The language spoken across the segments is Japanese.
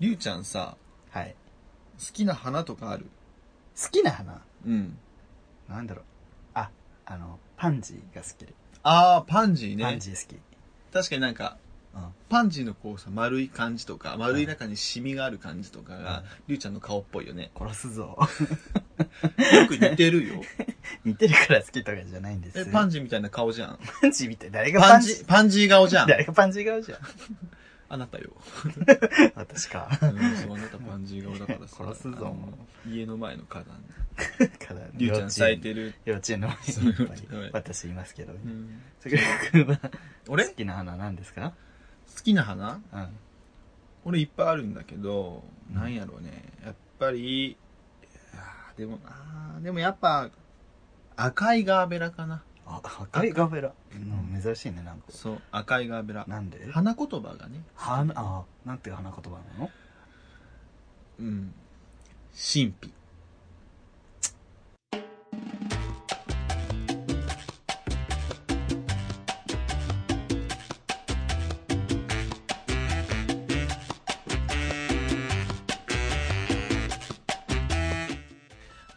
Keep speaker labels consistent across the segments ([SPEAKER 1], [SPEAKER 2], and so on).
[SPEAKER 1] りゅうちゃんさ、
[SPEAKER 2] はい。
[SPEAKER 1] 好きな花とかある
[SPEAKER 2] 好きな花
[SPEAKER 1] うん。
[SPEAKER 2] なんだろう。あ、あの、パンジーが好きで。
[SPEAKER 1] ああ、パンジー
[SPEAKER 2] パ
[SPEAKER 1] ね
[SPEAKER 2] ン。ジー好き。
[SPEAKER 1] 確かになんか、
[SPEAKER 2] うん。
[SPEAKER 1] パンジーのこうさ、丸い感じとか、丸い中にシミがある感じとかが、りゅうちゃんの顔っぽいよね。
[SPEAKER 2] 殺すぞ。
[SPEAKER 1] よく似てる よ。
[SPEAKER 2] 似てるから好きとかじゃないんです。
[SPEAKER 1] え、パン
[SPEAKER 2] ジ
[SPEAKER 1] ジーみたいな顔じゃん。
[SPEAKER 2] ー。パンジーみたい。誰が
[SPEAKER 1] パ
[SPEAKER 2] パ
[SPEAKER 1] ン
[SPEAKER 2] ン
[SPEAKER 1] ジ
[SPEAKER 2] ジ
[SPEAKER 1] ー、
[SPEAKER 2] ー
[SPEAKER 1] パンジー顔じゃん。
[SPEAKER 2] 誰がパンジー顔 じゃん。
[SPEAKER 1] あなたよ。
[SPEAKER 2] 私 か。
[SPEAKER 1] うん、そう、あなたパンジー顔だからさ。
[SPEAKER 2] 殺すぞ
[SPEAKER 1] あの家の前の花壇に。
[SPEAKER 2] から
[SPEAKER 1] りゅうちゃん咲いてる。
[SPEAKER 2] 幼稚園の
[SPEAKER 1] そう
[SPEAKER 2] 前にいっぱい
[SPEAKER 1] はい
[SPEAKER 2] 私いますけど。
[SPEAKER 1] うん。
[SPEAKER 2] さくら君は
[SPEAKER 1] 俺
[SPEAKER 2] 好きな花なんですか
[SPEAKER 1] 好きな花
[SPEAKER 2] うん。
[SPEAKER 1] 俺いっぱいあるんだけど、
[SPEAKER 2] うん
[SPEAKER 1] なんやろうね。やっぱり、いやーでもなーでもやっぱ、赤いガーベラかな。
[SPEAKER 2] あ、赤いガベラ。うん珍しいね、なんか。
[SPEAKER 1] そう、赤いガーベラ。
[SPEAKER 2] なんで
[SPEAKER 1] 花言葉がね、
[SPEAKER 2] 花、あ、なんていう花言葉なの
[SPEAKER 1] うん。神秘。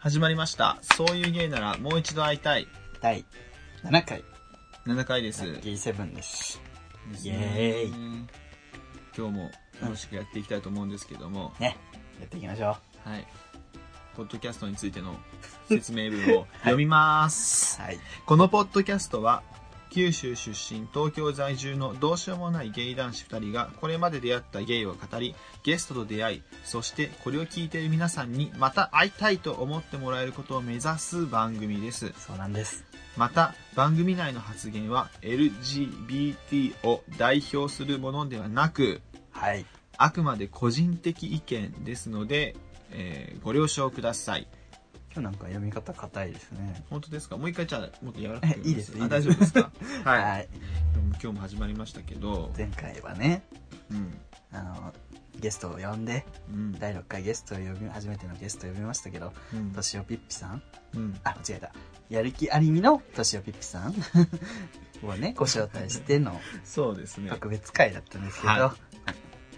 [SPEAKER 1] 始まりました。そういう芸ならもう一度会いたい。
[SPEAKER 2] 第7回、
[SPEAKER 1] 7回です。
[SPEAKER 2] ラッキーセブンです。
[SPEAKER 1] です
[SPEAKER 2] イエーイ
[SPEAKER 1] 今日も楽しくやっていきたいと思うんですけども、
[SPEAKER 2] ね、やっていきましょう。
[SPEAKER 1] はい。ポッドキャストについての説明文を読みます。
[SPEAKER 2] はい。
[SPEAKER 1] このポッドキャストは、九州出身、東京在住のどうしようもないゲイ男子2人がこれまで出会ったゲイを語り、ゲストと出会い、そしてこれを聞いている皆さんにまた会いたいと思ってもらえることを目指す番組です。
[SPEAKER 2] そうなんです。
[SPEAKER 1] また番組内の発言は LGBT を代表するものではなく
[SPEAKER 2] はい。
[SPEAKER 1] あくまで個人的意見ですので、えーご了承ください
[SPEAKER 2] 今日なんか読み方硬いですね。
[SPEAKER 1] 本当ですかもう一回じゃあもっと柔らかく
[SPEAKER 2] いいです
[SPEAKER 1] あ
[SPEAKER 2] いいで
[SPEAKER 1] 大
[SPEAKER 2] す
[SPEAKER 1] 丈夫です かはい、
[SPEAKER 2] はい。
[SPEAKER 1] でも今日も始まりましたけど
[SPEAKER 2] 前回はね、
[SPEAKER 1] うん
[SPEAKER 2] あの、ゲストを呼んで、
[SPEAKER 1] うん
[SPEAKER 2] 第6回ゲストを呼び、初めてのゲストを呼びましたけど、
[SPEAKER 1] うん
[SPEAKER 2] としおぴっぴさん
[SPEAKER 1] うん
[SPEAKER 2] あ、間違えた。やる気ありみのとしおぴっぴさん をね、ご招待しての
[SPEAKER 1] そうですね
[SPEAKER 2] 特別会だったんですけど、
[SPEAKER 1] は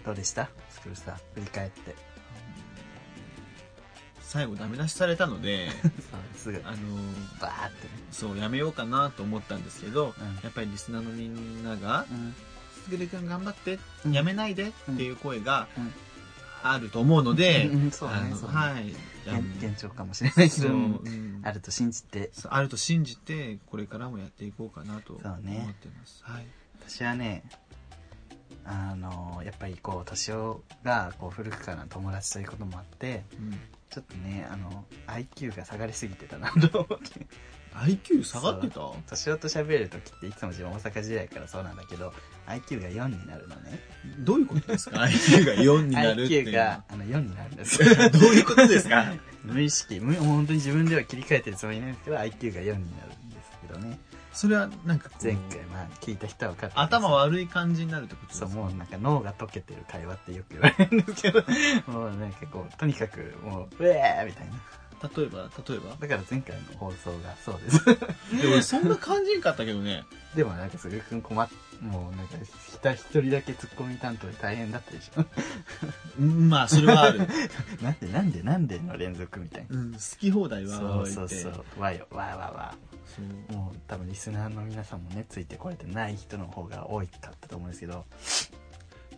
[SPEAKER 2] どうでしたスクールさん、振り返って。
[SPEAKER 1] 最後ダメ出しされたの で
[SPEAKER 2] すぐ、
[SPEAKER 1] あ
[SPEAKER 2] バ
[SPEAKER 1] のー
[SPEAKER 2] ーってね。
[SPEAKER 1] そうやめようかなと思ったんですけど、
[SPEAKER 2] うん
[SPEAKER 1] やっぱりリスナーのみんなが
[SPEAKER 2] うん。
[SPEAKER 1] すぐるくん頑張って、
[SPEAKER 2] うん
[SPEAKER 1] やめないでっていう声が
[SPEAKER 2] うん
[SPEAKER 1] あると思うので、
[SPEAKER 2] うんそう
[SPEAKER 1] あ
[SPEAKER 2] ね、
[SPEAKER 1] の
[SPEAKER 2] そうね。
[SPEAKER 1] はい。
[SPEAKER 2] 現現状かもしれないけ
[SPEAKER 1] そう
[SPEAKER 2] ど、
[SPEAKER 1] うん
[SPEAKER 2] あると信じて、
[SPEAKER 1] そうあると信じて、これからもやっていこうかなと思っ
[SPEAKER 2] そう
[SPEAKER 1] て
[SPEAKER 2] ね
[SPEAKER 1] ます。はい。
[SPEAKER 2] 私はね、あの、やっぱりこう、年をが、こう、古くからの友達ということもあって、
[SPEAKER 1] うん
[SPEAKER 2] ちょっとね、あの、IQ が下がりすぎてたな、と思って。
[SPEAKER 1] IQ 下がってた
[SPEAKER 2] 年男と喋る時っていつも自分大阪時代からそうなんだけど IQ が4になるのね
[SPEAKER 1] どういうことです か ?IQ が4になるっていう
[SPEAKER 2] IQ
[SPEAKER 1] の
[SPEAKER 2] が
[SPEAKER 1] は。
[SPEAKER 2] あの4になるんです
[SPEAKER 1] どういうことですか
[SPEAKER 2] 無意識無本当に自分では切り替えてるつもりなんですけど IQ が4になるんですけどね
[SPEAKER 1] それはなんかこう
[SPEAKER 2] 前回まあ聞いた人は分かる
[SPEAKER 1] 頭悪い感じになるってことです
[SPEAKER 2] そ
[SPEAKER 1] か
[SPEAKER 2] うもうなんか脳が溶けてる会話ってよく言われるんですけど もうなんかこうとにかくもううえーみたいな
[SPEAKER 1] 例えば、例えば
[SPEAKER 2] だから前回の放送がそうです
[SPEAKER 1] でも俺そんな感じんかったけどね。
[SPEAKER 2] でもなんかすぐくん困っもうなんかひた一人だけツッコミ担当で大変だったでしょ
[SPEAKER 1] うんまあ、それはある。
[SPEAKER 2] なんでなんでなんでの連続みたいな。
[SPEAKER 1] うん好き放題は
[SPEAKER 2] そうそ
[SPEAKER 1] 言
[SPEAKER 2] う
[SPEAKER 1] って
[SPEAKER 2] そう。わよ、わわわ。
[SPEAKER 1] そう
[SPEAKER 2] もう多分リスナーの皆さんもね、ついてこれてない人の方が多かったと思うんですけど、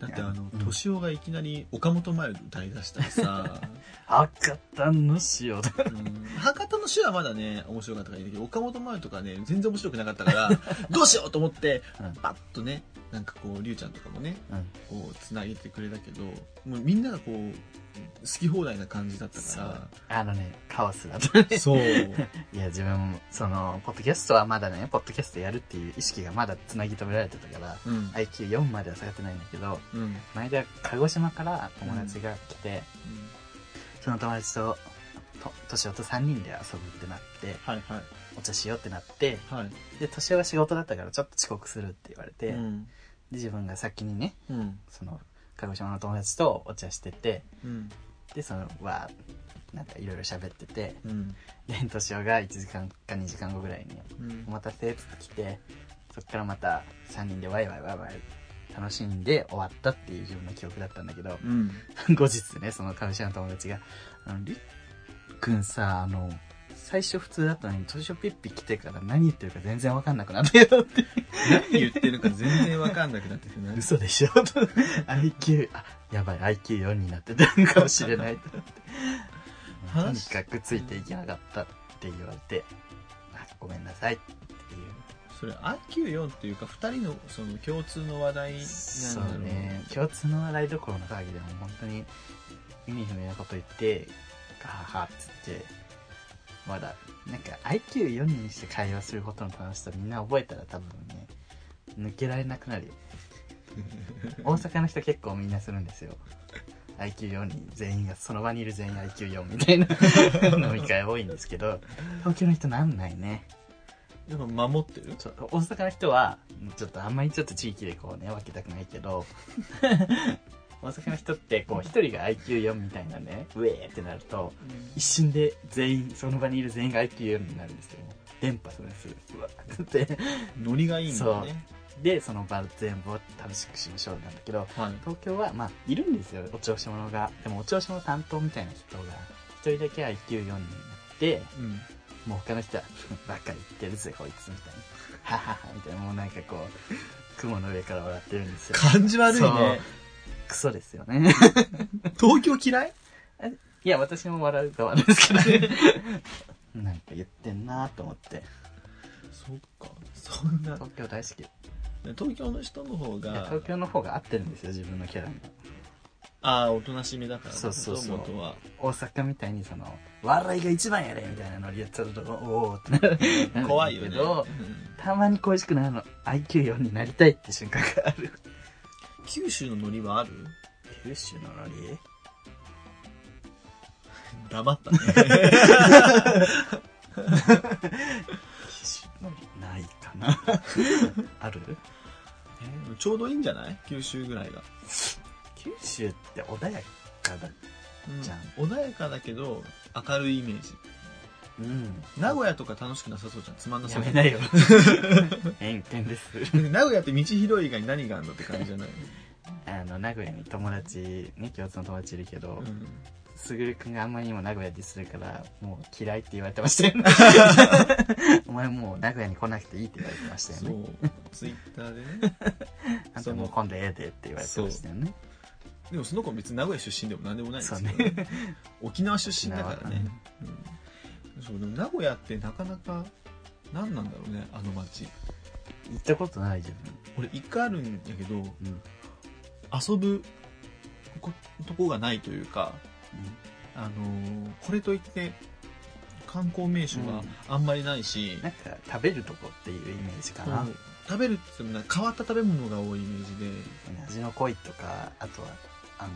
[SPEAKER 1] だってあの
[SPEAKER 2] うん
[SPEAKER 1] 敏夫がいきなり岡本麻由で歌いだしたりさ、
[SPEAKER 2] 赤単の塩だ。
[SPEAKER 1] うん博多の手はまだね面白かったからいいんだけど岡本麻由とかね全然面白くなかった からどうしようと思って
[SPEAKER 2] うん
[SPEAKER 1] パッとねなんかこう龍ちゃんとかもね
[SPEAKER 2] うん。
[SPEAKER 1] こうつなげてくれたけどもうみんながこう好き放題な感じだった
[SPEAKER 2] そ
[SPEAKER 1] か
[SPEAKER 2] う。あのね、カオスだったね。
[SPEAKER 1] ら そう
[SPEAKER 2] いや、自分も、その、ポッドキャストはまだね、ポッドキャストやるっていう意識がまだつなぎ止められてたから、
[SPEAKER 1] うん、
[SPEAKER 2] IQ4 までは下がってないんだけど、
[SPEAKER 1] うんうん
[SPEAKER 2] 前田、鹿児島から友達が来て、その友達と、と、としおと3人で遊ぶってなって、
[SPEAKER 1] はいはい
[SPEAKER 2] お茶しようってなって、
[SPEAKER 1] はい
[SPEAKER 2] で、年は仕事だったからちょっと遅刻するって言われ
[SPEAKER 1] う
[SPEAKER 2] て、で、
[SPEAKER 1] ん
[SPEAKER 2] 自分が先にね、
[SPEAKER 1] うん
[SPEAKER 2] その、鹿児島の友達とお茶してて、
[SPEAKER 1] うん
[SPEAKER 2] で、その、わー、なんかいろいろ喋ってて、
[SPEAKER 1] うん
[SPEAKER 2] で、年をが1時間か2時間後ぐらいに、
[SPEAKER 1] うん
[SPEAKER 2] お待たせっつって来て、そっからまた3人でワイワイワイワイ楽しんで終わったっていう自分の記憶だったんだけど、
[SPEAKER 1] うん。
[SPEAKER 2] 後日ね、その会社の友達が、あの、りっくんさ、あの、最初普通だったのに、図書ピッピ来てから何言ってるか全然わかんなくなったよって。
[SPEAKER 1] 何言ってるか全然わかんなくなってきてね。
[SPEAKER 2] 嘘でしょ ?IQ、あ、やばい、IQ4 になってた のかもしれないと思って。とに
[SPEAKER 1] 話
[SPEAKER 2] かくついていけなかったって言われて、あごめんなさいっていう。
[SPEAKER 1] それ IQ4 っていうか2人のその共通の話題なんだ
[SPEAKER 2] そう
[SPEAKER 1] ろう
[SPEAKER 2] ね共通の笑いどころの騒ぎでも本当に意味不明なこと言ってガハハっつってまだなんか IQ4 人して会話することの楽しさみんな覚えたら多分ね抜けられなく なるよ大阪の人結構みんなするんですよ IQ4 人全員がその場にいる全員 IQ4 みたいな飲み会多いんです けど東京の人なんないね
[SPEAKER 1] でも守ってる
[SPEAKER 2] そう大阪の人はちょっとあんまりちょっと地域でこうね分けたくないけど大阪の人ってこう一人が IQ4 みたいなねウェーってなると一瞬で全員その場にいる全員が IQ4 になるんですよ電波するんですようわっって
[SPEAKER 1] ノリがいいんだよね
[SPEAKER 2] でその場全部を楽しくしましょうなんだけど
[SPEAKER 1] はい
[SPEAKER 2] 東京はまあいるんですよお調子者がでもお調子者担当みたいな人が一人だけ IQ4 になって
[SPEAKER 1] うん
[SPEAKER 2] もう他の人は「ばっかり言ってるぜこいつ」みたいな「ははは」みたいなもうなんかこう雲の上から笑ってるんですよ
[SPEAKER 1] 感じ悪い
[SPEAKER 2] そう
[SPEAKER 1] ね
[SPEAKER 2] クソですよね
[SPEAKER 1] 東京嫌い
[SPEAKER 2] いや私も笑う側ですけどね なんか言ってんなと思って
[SPEAKER 1] そっかそんな
[SPEAKER 2] 東京大好きい
[SPEAKER 1] 東京の人の方
[SPEAKER 2] や
[SPEAKER 1] が
[SPEAKER 2] 東京の方が合ってるんですよ自分のキャラに
[SPEAKER 1] ああおとなしめだから
[SPEAKER 2] そうそうそう
[SPEAKER 1] 元々は
[SPEAKER 2] 大阪みたいにその「笑いが一番やれ!」みたいなノリやっちゃうとおおーってなるなる
[SPEAKER 1] 怖いよ
[SPEAKER 2] んだ
[SPEAKER 1] ね
[SPEAKER 2] けどたまに恋しくなるの IQ4 になりたいって瞬間がある
[SPEAKER 1] うん九州のノリはある
[SPEAKER 2] 九州のノリ
[SPEAKER 1] 黙ったね
[SPEAKER 2] 九州のノリないかな ある
[SPEAKER 1] えちょうどいいんじゃない九州ぐらいが
[SPEAKER 2] 九州って穏やかだ
[SPEAKER 1] うん
[SPEAKER 2] じゃん
[SPEAKER 1] 穏やかだけど明るいイメージ
[SPEAKER 2] うん
[SPEAKER 1] 名古屋とか楽しくなさそうじゃんつまんな
[SPEAKER 2] や
[SPEAKER 1] そう
[SPEAKER 2] め
[SPEAKER 1] じゃん
[SPEAKER 2] ないよ 偏見です
[SPEAKER 1] 名古屋って道広い以外に何があるのって感じ じゃない、
[SPEAKER 2] あの名古屋に友達ね共通の友達いるけど
[SPEAKER 1] うん、
[SPEAKER 2] すぐるくんがあんまりにも名古屋でするからもう嫌いって言われてましたよね お前もう名古屋に来なくていいって言われてました
[SPEAKER 1] そ
[SPEAKER 2] よね
[SPEAKER 1] うツイッター でね
[SPEAKER 2] あんたもう今度ええでって言われてましたよね
[SPEAKER 1] でもその子別に名古屋出身でも何でもないんです
[SPEAKER 2] そう
[SPEAKER 1] よ、
[SPEAKER 2] ね
[SPEAKER 1] 沖縄出身だからね、うん、そうでも名古屋ってなかなか何なんだろうねあの街
[SPEAKER 2] 行ったことない自
[SPEAKER 1] 俺一回あるんやけど
[SPEAKER 2] 分うん
[SPEAKER 1] 遊ぶことこがないというか、あのーこれといって観光名所があんまりないし、
[SPEAKER 2] なんか食べるとこっていうイメージか
[SPEAKER 1] こ
[SPEAKER 2] な
[SPEAKER 1] う食べるって言ってもなんか変わった食べ物が多いイメージで
[SPEAKER 2] 味の濃いとかあとはあの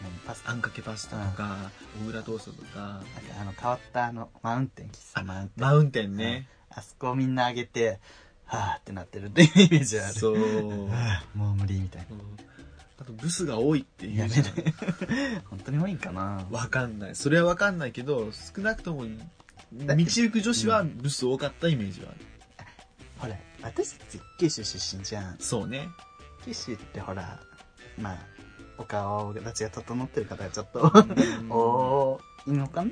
[SPEAKER 2] 何パスタ
[SPEAKER 1] あんかけパスタとか小倉トーストとか
[SPEAKER 2] なんかあの変わったあのマウンテン喫茶マウンテン
[SPEAKER 1] マウンテンね、
[SPEAKER 2] あそこをみんな上げてはあってなってるっていうイメージある
[SPEAKER 1] そう
[SPEAKER 2] はあもう無理みたい
[SPEAKER 1] うんあとブスが多いっていうじゃ
[SPEAKER 2] やめ
[SPEAKER 1] ん
[SPEAKER 2] な本当に多いんかな
[SPEAKER 1] わかんないそれはわかんないけど少なくとも道
[SPEAKER 2] て
[SPEAKER 1] 行く女子はブス多かったイメージはある、
[SPEAKER 2] ほら私たち九州出身じゃん
[SPEAKER 1] そう ね
[SPEAKER 2] 九州ってほらまあお顔立ちが整ってる方がちょっと
[SPEAKER 1] お
[SPEAKER 2] 多いのかな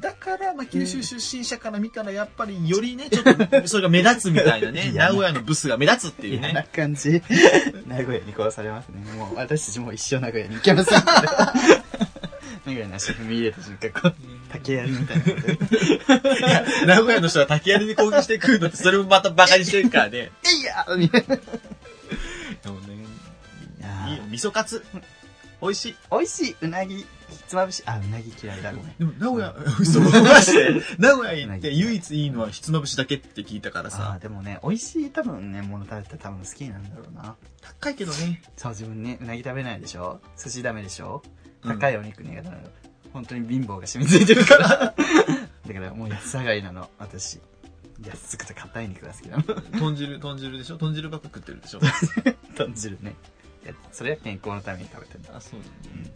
[SPEAKER 1] だから、まあ、九州出身者から見たらやっぱりよりねちょっ とそれが目立つみたいなね
[SPEAKER 2] いや
[SPEAKER 1] 名古屋のブスが目立つっていう
[SPEAKER 2] 嫌な
[SPEAKER 1] ね
[SPEAKER 2] 感じ名古屋に殺されますねもう私たちもう一生名古屋に行けま せん名古屋の足踏み入れた瞬間こう竹槍み たいなことで
[SPEAKER 1] いや名古屋の人は竹槍で攻撃してくるのってそれもまたバカにしてる からね
[SPEAKER 2] えいやーみたいな
[SPEAKER 1] でもね
[SPEAKER 2] やー
[SPEAKER 1] いいよ味噌カツ美味しい
[SPEAKER 2] 美味しいうなぎひつまぶしあうなぎ嫌いだごめん
[SPEAKER 1] でも名古屋、嘘、マジ で。名古屋行って唯一いいのはひつまぶしだけって聞いたから
[SPEAKER 2] あ
[SPEAKER 1] さ
[SPEAKER 2] ー。でもね美味しい多分ねもの食べたら多分好きなんだろうな
[SPEAKER 1] 高いけどね。
[SPEAKER 2] そう自分ねうなぎ食べないでしょ寿司ダメでしょ
[SPEAKER 1] うん
[SPEAKER 2] 高いお肉苦手なの、本当に貧乏が染みついてるから だからもう安上がりなの私安くて硬い肉が好きなの
[SPEAKER 1] 豚汁、豚汁でしょ豚汁ばっか食ってるでしょ
[SPEAKER 2] 豚汁ねいやそれは健康のために食べてるの
[SPEAKER 1] あ、そうだね。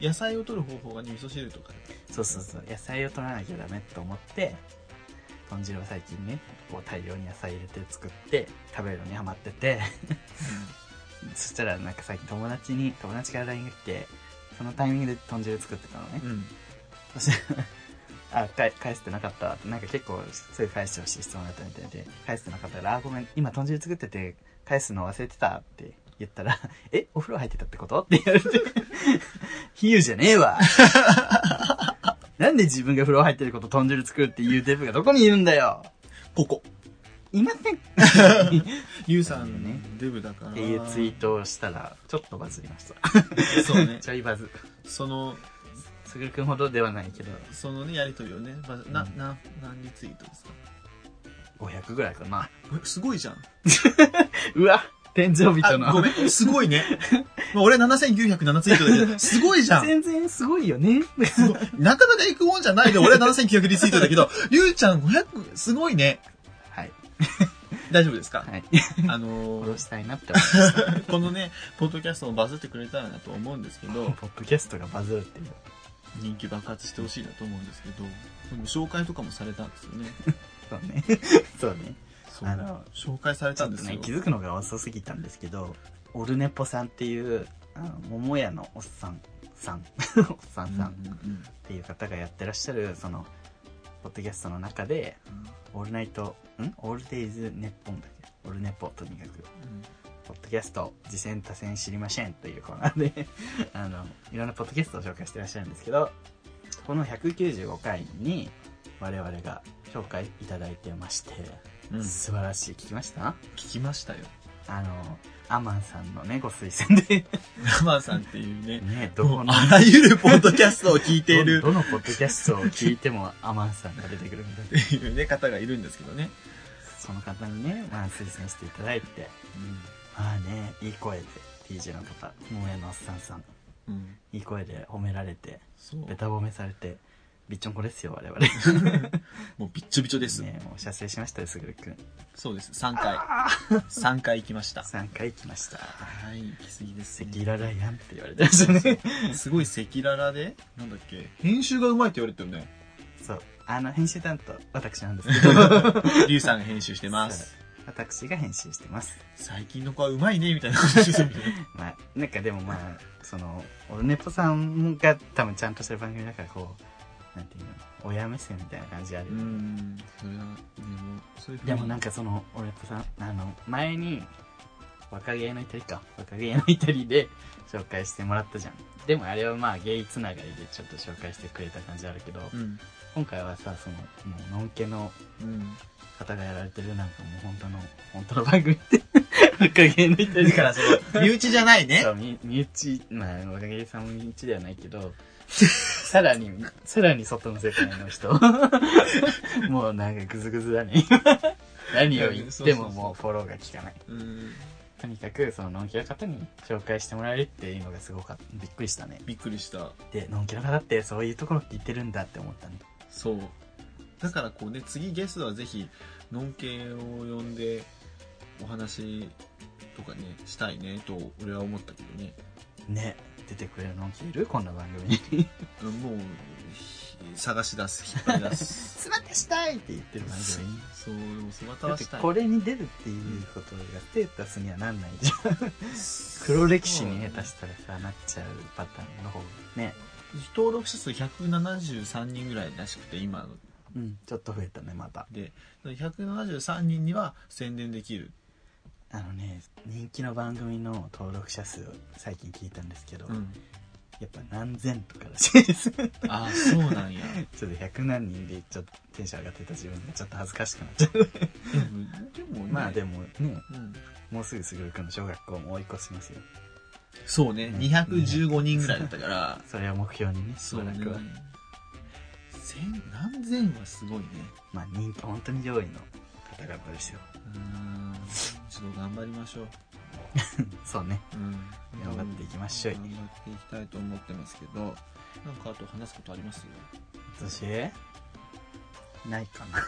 [SPEAKER 1] 野菜を取る方法がね、味噌汁とか。
[SPEAKER 2] そうそうそう野菜を取らなきゃダメと思って豚汁を最近ねこう大量に野菜入れて作って食べるのにハマってて そしたらなんか最近友達に友達から LINE が来てそのタイミングで豚汁作ってたのね、
[SPEAKER 1] うん
[SPEAKER 2] そした ら「あ返返してなかった」ってなんか結構すぐ返してほしい質問だったみたいで返してなかったから「あごめん今豚汁作ってて返すの忘れてた」って言ったら 「えお風呂入ってたってこと?」って言われて 「比喩じゃねえわ」 なんで自分が風呂入ってること豚汁作るっていうデブがどこにいるんだよ
[SPEAKER 1] ここ
[SPEAKER 2] いませんっ
[SPEAKER 1] リュウさ
[SPEAKER 2] そうだよ
[SPEAKER 1] ん、
[SPEAKER 2] ね
[SPEAKER 1] デブだから
[SPEAKER 2] ていうツイートをしたらちょっとバズりました
[SPEAKER 1] そう ね
[SPEAKER 2] ちょいバズ
[SPEAKER 1] その
[SPEAKER 2] すぐるくんほどではないけど
[SPEAKER 1] そのねやりとりをねまな
[SPEAKER 2] うん
[SPEAKER 1] な何リツイートですか
[SPEAKER 2] 500ぐらいかな
[SPEAKER 1] えすごいじゃん
[SPEAKER 2] うわ天井人
[SPEAKER 1] あ
[SPEAKER 2] の
[SPEAKER 1] ごめんすごい ね、まあ、俺7907ツイートだけどすごいじゃん
[SPEAKER 2] 全然すごい よね。
[SPEAKER 1] すごいなかなか行くもんじゃないで俺は7900リツイートだ けどリュウちゃん500すごいね
[SPEAKER 2] はい。
[SPEAKER 1] 大丈夫ですか、
[SPEAKER 2] はい。
[SPEAKER 1] あの
[SPEAKER 2] 殺
[SPEAKER 1] ー
[SPEAKER 2] したいなって
[SPEAKER 1] このねポッドキャストもバズってくれたらなと思うんですけ
[SPEAKER 2] 思う。
[SPEAKER 1] ど
[SPEAKER 2] ポッドキャストがバズるっていう。
[SPEAKER 1] 人気爆発してほしいなと思うんですけどでも紹介とかもされたんですよね
[SPEAKER 2] そうね。 そうね。
[SPEAKER 1] そう
[SPEAKER 2] あの
[SPEAKER 1] 紹介され
[SPEAKER 2] ち
[SPEAKER 1] た
[SPEAKER 2] ょ
[SPEAKER 1] ん
[SPEAKER 2] っ
[SPEAKER 1] で
[SPEAKER 2] と
[SPEAKER 1] す
[SPEAKER 2] ね
[SPEAKER 1] よ、、
[SPEAKER 2] 気づくのが遅すぎたんですけど、オルネポさんっていう、あの、桃屋のおっさん、さん、 おっさんさんっ
[SPEAKER 1] うんうん
[SPEAKER 2] ていう方がやってらっしゃる、その、ポッドキャストの中で、オールナイト、んオールデイズネッポンだっけオルネポ、とにか
[SPEAKER 1] う
[SPEAKER 2] く。
[SPEAKER 1] ん
[SPEAKER 2] ポッドキャスト、次戦他戦知りませんというコーナーで、 あの、いろんなポッドキャストを紹介してらっしゃるんですけど、この195回に我々が紹介いただいてまして、
[SPEAKER 1] うんうん
[SPEAKER 2] 素晴らしい。聞きました
[SPEAKER 1] 聞きましたよ
[SPEAKER 2] あの、アマンさんのね、ご推薦で、
[SPEAKER 1] ラマンさんっていうね
[SPEAKER 2] ね、 ど
[SPEAKER 1] も
[SPEAKER 2] こ
[SPEAKER 1] う
[SPEAKER 2] の、
[SPEAKER 1] あらゆるポッドキャストを聞いている
[SPEAKER 2] どどのポッドキャストを聞いてもアマンさんが出てくる みたいな。
[SPEAKER 1] っていうね方がいるんですけどね、
[SPEAKER 2] その方にね、まあ、推薦していただいて、まあね、いい声で、DJ の方、萌えのおっさんさん、
[SPEAKER 1] うん
[SPEAKER 2] いい声で褒められて、
[SPEAKER 1] そう
[SPEAKER 2] ベタ褒めされて、びっちょんこですよ、我 々。で
[SPEAKER 1] もうびっちょびちょです、
[SPEAKER 2] ね、もう射精しましたよ、すぐるくん。
[SPEAKER 1] そうです3回3回行きました
[SPEAKER 2] 3回来ました。
[SPEAKER 1] はい行き過ぎです
[SPEAKER 2] 赤
[SPEAKER 1] ね
[SPEAKER 2] 裸々やんって言われてましたね。
[SPEAKER 1] すごい赤裸々でなんだっけ編集がうまいって言われてるね
[SPEAKER 2] そう。あの、編集担当、私なんですけど。
[SPEAKER 1] リュウさんが編集してます
[SPEAKER 2] そう。私が編集してます。
[SPEAKER 1] 最近の子はうまいねみたいな話してる
[SPEAKER 2] まあ、なんかでもまあ、その、オルネポさんが多分ちゃんとしてる番組だから、こう、なんていうの、親目線みたいな感じあるよね。
[SPEAKER 1] んそれはでもそういうふうに
[SPEAKER 2] でもなんかその、俺とさ、あの、前に、若芸のイタリか。若芸のイタリで 紹介してもらったじゃん。でもあれはまあ、ゲイつながりでちょっと紹介してくれた感じあるけど、
[SPEAKER 1] うん
[SPEAKER 2] 今回はさ、その、もう、のんけの
[SPEAKER 1] うん
[SPEAKER 2] 方がやられてるなんかもう本当の、本当の番組って、 若芸のイタリ
[SPEAKER 1] だからその身内じゃないね
[SPEAKER 2] そうみ身内、まあ、若芸さんも身内ではないけど、 さらに、さらに外の世界の人。もうなんかグズグズだね。何を言ってももうフォローが効かない。
[SPEAKER 1] うん
[SPEAKER 2] とにかく、その、のんきの方に紹介してもらえるっていうのがすごかった。びっくりしたね。
[SPEAKER 1] びっくりした
[SPEAKER 2] で、のんきの方ってそういうところ聞いてるんだって思ったね。
[SPEAKER 1] そうだからこうね次ゲストはぜひのんけいを呼んでお話とかねしたいねと俺は思ったけどね
[SPEAKER 2] ね、出てくれるのんきいるこんな番組に。
[SPEAKER 1] あのもうひ探し出す引っ張り出す
[SPEAKER 2] すまたしたいって言ってる番組に。
[SPEAKER 1] そうでも姿
[SPEAKER 2] だっ
[SPEAKER 1] は
[SPEAKER 2] て
[SPEAKER 1] したい
[SPEAKER 2] これに出るっていうことがステータスにはなんないじゃん。黒歴史に下手したらさ、なっちゃうパターンの方がね。
[SPEAKER 1] 登録者数173人ぐらいらしくて今の
[SPEAKER 2] うん、ちょっと増えたね、また。
[SPEAKER 1] で173人には宣伝できる、
[SPEAKER 2] あのね、人気の番組の登録者数を最近聞いたんですけど、
[SPEAKER 1] うん、
[SPEAKER 2] やっぱ何千とからしいです。
[SPEAKER 1] ああそうなんや
[SPEAKER 2] ちょっと100何人でちょっとテンション上がってた自分がちょっと恥ずかしくなっちゃう。
[SPEAKER 1] でもでもね
[SPEAKER 2] まあでもね、
[SPEAKER 1] うん、
[SPEAKER 2] もうすぐすぐるくんの小学校も追い越しますよ。
[SPEAKER 1] そうね
[SPEAKER 2] うん
[SPEAKER 1] 215人ぐらいだったから
[SPEAKER 2] それを目標にね、し
[SPEAKER 1] そ
[SPEAKER 2] ば
[SPEAKER 1] う
[SPEAKER 2] ら
[SPEAKER 1] ね
[SPEAKER 2] くは。
[SPEAKER 1] 千何千はすごいね
[SPEAKER 2] まあ人気、本当に上位の方々ですよ。
[SPEAKER 1] うーんちょっと頑張りましょう、
[SPEAKER 2] そうね、
[SPEAKER 1] うん
[SPEAKER 2] 頑張っていきましょう。
[SPEAKER 1] 頑張っていきたいと思ってますけどなんかあと話すことあります
[SPEAKER 2] 私ないかな。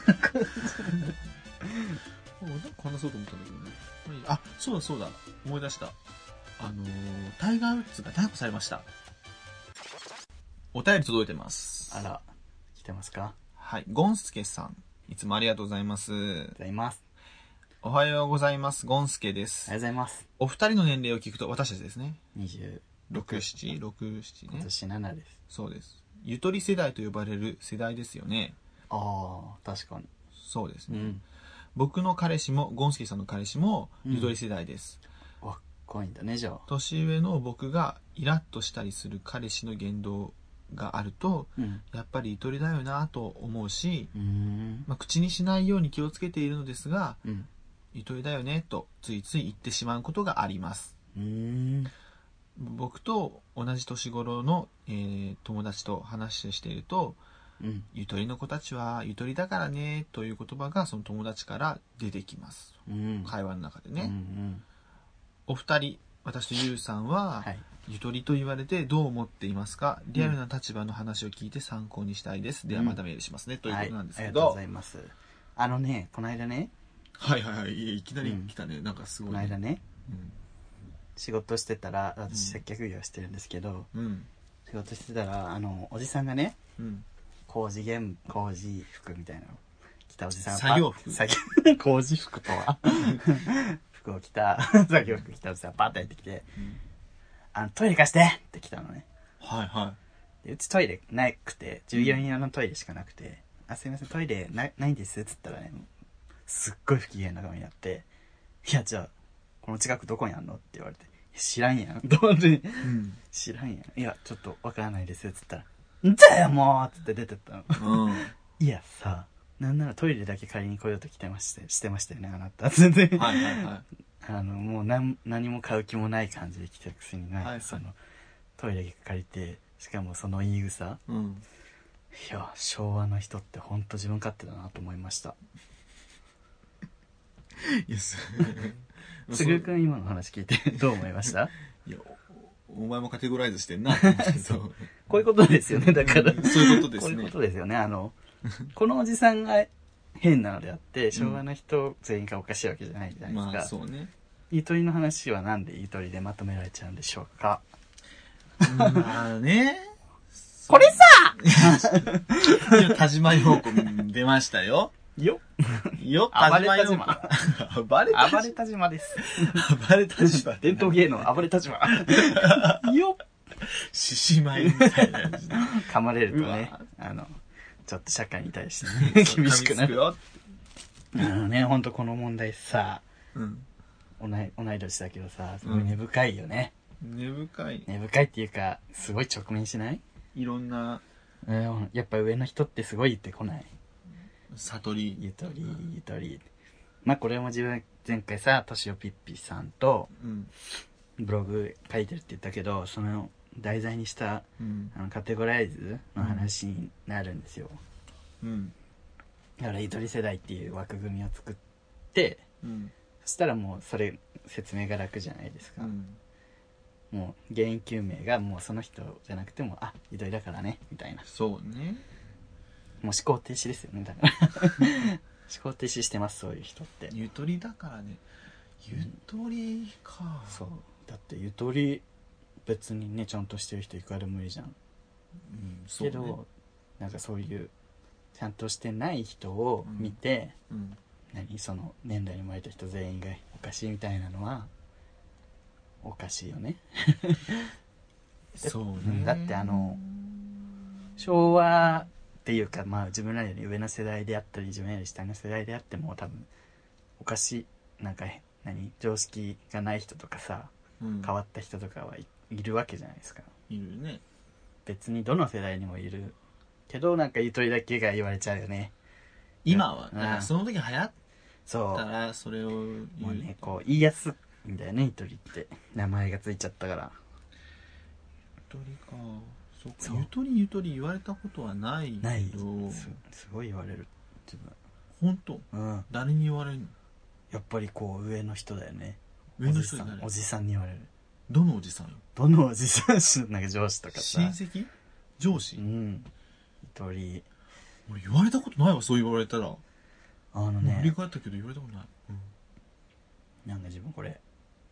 [SPEAKER 1] おなんか話そうと思ったんだけどねまあいいやあそうだそうだ思い出したあのータイガー・ウッズが逮捕されましたお便り届いてます
[SPEAKER 2] あら、来てますかありがと
[SPEAKER 1] はいゴンスケさんいつもありがとうございます
[SPEAKER 2] うございます。
[SPEAKER 1] おはようございます。ゴンスケで
[SPEAKER 2] ありがと
[SPEAKER 1] す
[SPEAKER 2] う。ございます。
[SPEAKER 1] お二人の年齢を聞くと、私たちですね。
[SPEAKER 2] 26
[SPEAKER 1] 6、7、6、7
[SPEAKER 2] 今
[SPEAKER 1] ね。
[SPEAKER 2] 年7です。
[SPEAKER 1] そうです。ゆとり世代と呼ばれる世代ですよね。
[SPEAKER 2] ああ、確かに。
[SPEAKER 1] そうです
[SPEAKER 2] う
[SPEAKER 1] ね。
[SPEAKER 2] ん。
[SPEAKER 1] 僕の彼氏も、ゴンスケさんの彼氏も、
[SPEAKER 2] うん
[SPEAKER 1] ゆとり世代です。
[SPEAKER 2] 若いんだね、じゃあ。
[SPEAKER 1] 年上の僕がイラッとしたりする彼氏の言動があると、
[SPEAKER 2] うん。
[SPEAKER 1] やっぱりゆとりだよなと思うし、
[SPEAKER 2] うーん。
[SPEAKER 1] まあ、口にしないように気をつけているのですが、
[SPEAKER 2] うん。
[SPEAKER 1] ゆとりだよねとついつい言ってしまうことがあります。
[SPEAKER 2] うーん。
[SPEAKER 1] 僕と同じ年頃の、えー友達と話していると、
[SPEAKER 2] うん。
[SPEAKER 1] ゆとりの子たちはゆとりだからねという言葉がその友達から出てきます。
[SPEAKER 2] うん。
[SPEAKER 1] 会話の中で
[SPEAKER 2] うん。う
[SPEAKER 1] ね。
[SPEAKER 2] ん。
[SPEAKER 1] お二人、私とゆうさんは、
[SPEAKER 2] はい。
[SPEAKER 1] ゆとりと言われてどう思っていますかリアルな立場の話を聞いて参考にしたいです。では
[SPEAKER 2] うん
[SPEAKER 1] またメールしますね。ということなんです
[SPEAKER 2] はい。あ
[SPEAKER 1] け
[SPEAKER 2] りが
[SPEAKER 1] ど。
[SPEAKER 2] とうございます。あのね、この間ね、
[SPEAKER 1] はいはいはい。いやいきなり来たね。なんかす
[SPEAKER 2] こ
[SPEAKER 1] ごい
[SPEAKER 2] の間
[SPEAKER 1] ね。
[SPEAKER 2] ね、仕事してたら、私接客業してるんですけど、
[SPEAKER 1] うん。うん。
[SPEAKER 2] 仕事してたら、あの、おじさんがね、
[SPEAKER 1] うん。
[SPEAKER 2] 工事現、工事服みたいなの着たおじさんが
[SPEAKER 1] 作業服
[SPEAKER 2] 作 業工事服とは服を着た、作業服着たおじさんがパッと入ってきて、
[SPEAKER 1] うん
[SPEAKER 2] あの、トイレ貸してって来たのね。
[SPEAKER 1] はいは
[SPEAKER 2] でうちトイレなくて、従業員用のトイレしかなくて、あ、すいません、トイレなないんですっつったらね、すっごい不機嫌な顔になって、いや、じゃあ、この近くどこにあんのって言われて、いや知ら んやん。本当に、
[SPEAKER 1] い。うん。
[SPEAKER 2] 知らんやん。いや、ちょっとわからないですっつったら、んじゃよもうっつって出てったの。
[SPEAKER 1] うん。
[SPEAKER 2] いやさ、なんならトイレだけ借りに来ようと来てまして、してましたよね、あなた。全然。
[SPEAKER 1] はいはいは
[SPEAKER 2] あの、もうなん何も買う気もない感じで来たくせにな、
[SPEAKER 1] はいはい
[SPEAKER 2] その、トイレだけ借りて、しかもその言い草。
[SPEAKER 1] い。 うん。
[SPEAKER 2] いや、昭和の人ってほんと自分勝手だなと思いました。
[SPEAKER 1] いや、 す
[SPEAKER 2] すぐくん今の話聞いてどう思いました
[SPEAKER 1] いや、おお前もカテゴライズしてんな。 そう。
[SPEAKER 2] こういうことですよね、だから。
[SPEAKER 1] うんそういうことで
[SPEAKER 2] こ
[SPEAKER 1] す
[SPEAKER 2] ういう
[SPEAKER 1] ね
[SPEAKER 2] こと。ですよね。あの、このおじさんが変なのであって、昭和の人全員がおかしいわけじゃないじゃないですか。
[SPEAKER 1] まあ、そうね。
[SPEAKER 2] ゆとりの話はなんでゆとりでまとめられちゃうんでしょうか
[SPEAKER 1] まあね。
[SPEAKER 2] これ
[SPEAKER 1] さ今、田島陽子出ましたよ。
[SPEAKER 2] よ
[SPEAKER 1] よ、
[SPEAKER 2] 暴れ
[SPEAKER 1] 田
[SPEAKER 2] 田
[SPEAKER 1] 島
[SPEAKER 2] 島
[SPEAKER 1] 陽子。暴れ
[SPEAKER 2] 暴
[SPEAKER 1] 田
[SPEAKER 2] れ
[SPEAKER 1] 島。
[SPEAKER 2] 田島 です。
[SPEAKER 1] 暴れ田島。
[SPEAKER 2] 伝統芸 能、暴れ田島。よ
[SPEAKER 1] 獅子舞みたいなやつね。
[SPEAKER 2] 噛まれるとね
[SPEAKER 1] うわ、
[SPEAKER 2] あの、ちょっと社会に対してね、 厳しくなる。
[SPEAKER 1] よ。
[SPEAKER 2] あのね、ほんとこの問題さ、
[SPEAKER 1] うん。
[SPEAKER 2] 同い同い年だけどさ、す
[SPEAKER 1] う
[SPEAKER 2] ごい
[SPEAKER 1] ん
[SPEAKER 2] 根深いよね。
[SPEAKER 1] 根深い。
[SPEAKER 2] 根深いっていうか、すごい直面しない
[SPEAKER 1] いろんな
[SPEAKER 2] うん、やっぱ上の人ってすごい言ってこない。
[SPEAKER 1] 悟り。
[SPEAKER 2] ゆとり、ゆとり。まあこれも自分、前回さ、としおぴっぴさんと
[SPEAKER 1] うん。
[SPEAKER 2] ブログ書いてるって言ったけど、その題材にした
[SPEAKER 1] うん。
[SPEAKER 2] あのカテゴライズの話になるんですよ。
[SPEAKER 1] うん。
[SPEAKER 2] だからゆとり世代っていう枠組みを作って、
[SPEAKER 1] うん。
[SPEAKER 2] そしたらもうそれ説明が楽じゃないですか。
[SPEAKER 1] うん。
[SPEAKER 2] もう原因究明がもうその人じゃなくても、あ、ゆとりだからね、みたいな。
[SPEAKER 1] そうね。
[SPEAKER 2] もう思考停止ですよね、だ から。思考停止してます、そういう人って。
[SPEAKER 1] ゆとりだからね。ゆとりか。
[SPEAKER 2] そう。だってゆとり、別にね、ちゃんとしてる人いくらでもいいじゃん。
[SPEAKER 1] うん。そう
[SPEAKER 2] け
[SPEAKER 1] ね。
[SPEAKER 2] ど、なんかそういう、ちゃんとしてない人を見て、
[SPEAKER 1] うん。
[SPEAKER 2] 何その年代に生まれた人全員がおかしいみたいなのは、おかしいよね。
[SPEAKER 1] そう
[SPEAKER 2] う
[SPEAKER 1] ね。
[SPEAKER 2] んだってあの、昭和っていうか、まあ自分らより上の世代であったり、自分らより下の世代であっても、多分、おかしい、なんか、何常識がない人とかさ、
[SPEAKER 1] うん、
[SPEAKER 2] 変わった人とかはいいるわけじゃないですか。
[SPEAKER 1] いるね。
[SPEAKER 2] 別にどの世代にもいるけどなんかゆとりだけが言われちゃうよね
[SPEAKER 1] 今は、
[SPEAKER 2] うん
[SPEAKER 1] だからその時流行っ
[SPEAKER 2] そ
[SPEAKER 1] たら、それを言
[SPEAKER 2] うもうねこう言いやすいんだよねゆとりって名前がついちゃったから
[SPEAKER 1] ゆとりか。そうか
[SPEAKER 2] そう
[SPEAKER 1] ゆとりゆとり言われたことはないけど。
[SPEAKER 2] ないすすごい言われる自
[SPEAKER 1] 本当
[SPEAKER 2] 分うん
[SPEAKER 1] 誰に言われるの
[SPEAKER 2] やっぱりこう上の人だよね
[SPEAKER 1] 上の人に
[SPEAKER 2] おじさん
[SPEAKER 1] 誰
[SPEAKER 2] おじさんに言われる
[SPEAKER 1] どのおじさんよ
[SPEAKER 2] どのおじさんしなんか上司とかさ
[SPEAKER 1] 親戚上司、
[SPEAKER 2] うんゆとり
[SPEAKER 1] 俺言われたことないわ、そう言われたら。
[SPEAKER 2] あの
[SPEAKER 1] 振り
[SPEAKER 2] ね
[SPEAKER 1] 返ったけど言われたことない。
[SPEAKER 2] なんか自分これ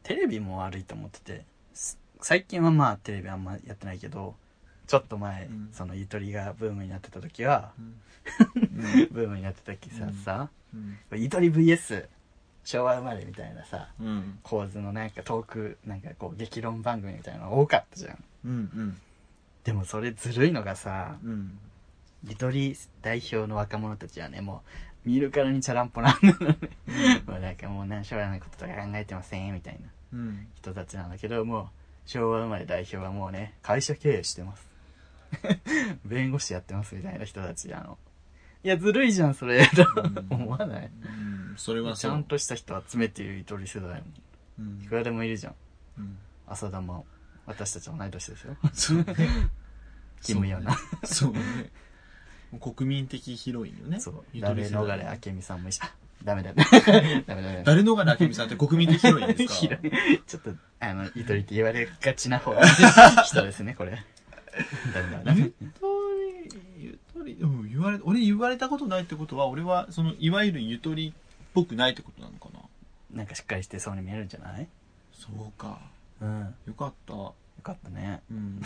[SPEAKER 2] テレビも悪いと思っててす最近はまあテレビあんまやってないけどちょっと前、
[SPEAKER 1] うん
[SPEAKER 2] そのゆとりがブームになってた時は
[SPEAKER 1] うん。
[SPEAKER 2] ブームになってた時さ、
[SPEAKER 1] うん
[SPEAKER 2] さ
[SPEAKER 1] うん。
[SPEAKER 2] ゆとり VS 昭和生まれみたいなさ
[SPEAKER 1] うん
[SPEAKER 2] 構図のなんかトークなんかこう激論番組みたいなの多かったじゃん
[SPEAKER 1] うん
[SPEAKER 2] でもそれずるいのがさ
[SPEAKER 1] うんうん
[SPEAKER 2] リトリ代表の若者たちはねもう見るからにチャランポランなの ねもうなんかもう何将来のこととか考えてませんみたいな
[SPEAKER 1] うん
[SPEAKER 2] 人たちなんだけどもう昭和生まれ代表はもうね会社経営してます 弁護士やってますみたいな人たちあのいやずるいじゃんそれ と思わない
[SPEAKER 1] うんそれは
[SPEAKER 2] ち
[SPEAKER 1] そう
[SPEAKER 2] ゃんとした人集めているゆとり世代も
[SPEAKER 1] うん
[SPEAKER 2] いくらでもいるじゃん
[SPEAKER 1] うん
[SPEAKER 2] 浅田真央私たち同い 年ですよ
[SPEAKER 1] そうね
[SPEAKER 2] キムヨナ
[SPEAKER 1] そうね国民的ヒロインよね
[SPEAKER 2] そう
[SPEAKER 1] ゆとり
[SPEAKER 2] 誰
[SPEAKER 1] 世代
[SPEAKER 2] 逃れ明美さんもいいしあダメだ ねダメだね
[SPEAKER 1] 誰逃れ明美さんって国民的ヒロイン です
[SPEAKER 2] ひど
[SPEAKER 1] か
[SPEAKER 2] いちょっとあのゆとりって言われがちな 方の人ですねこれダメだダメだ
[SPEAKER 1] ゆとりゆとりうん言われ俺言われたことないってことは俺はそのいわゆるゆとりっぽくないってことなのかな
[SPEAKER 2] なんかしっかりしてそうに見えるんじゃない
[SPEAKER 1] そうか
[SPEAKER 2] うんよ
[SPEAKER 1] よかった
[SPEAKER 2] かったね
[SPEAKER 1] うん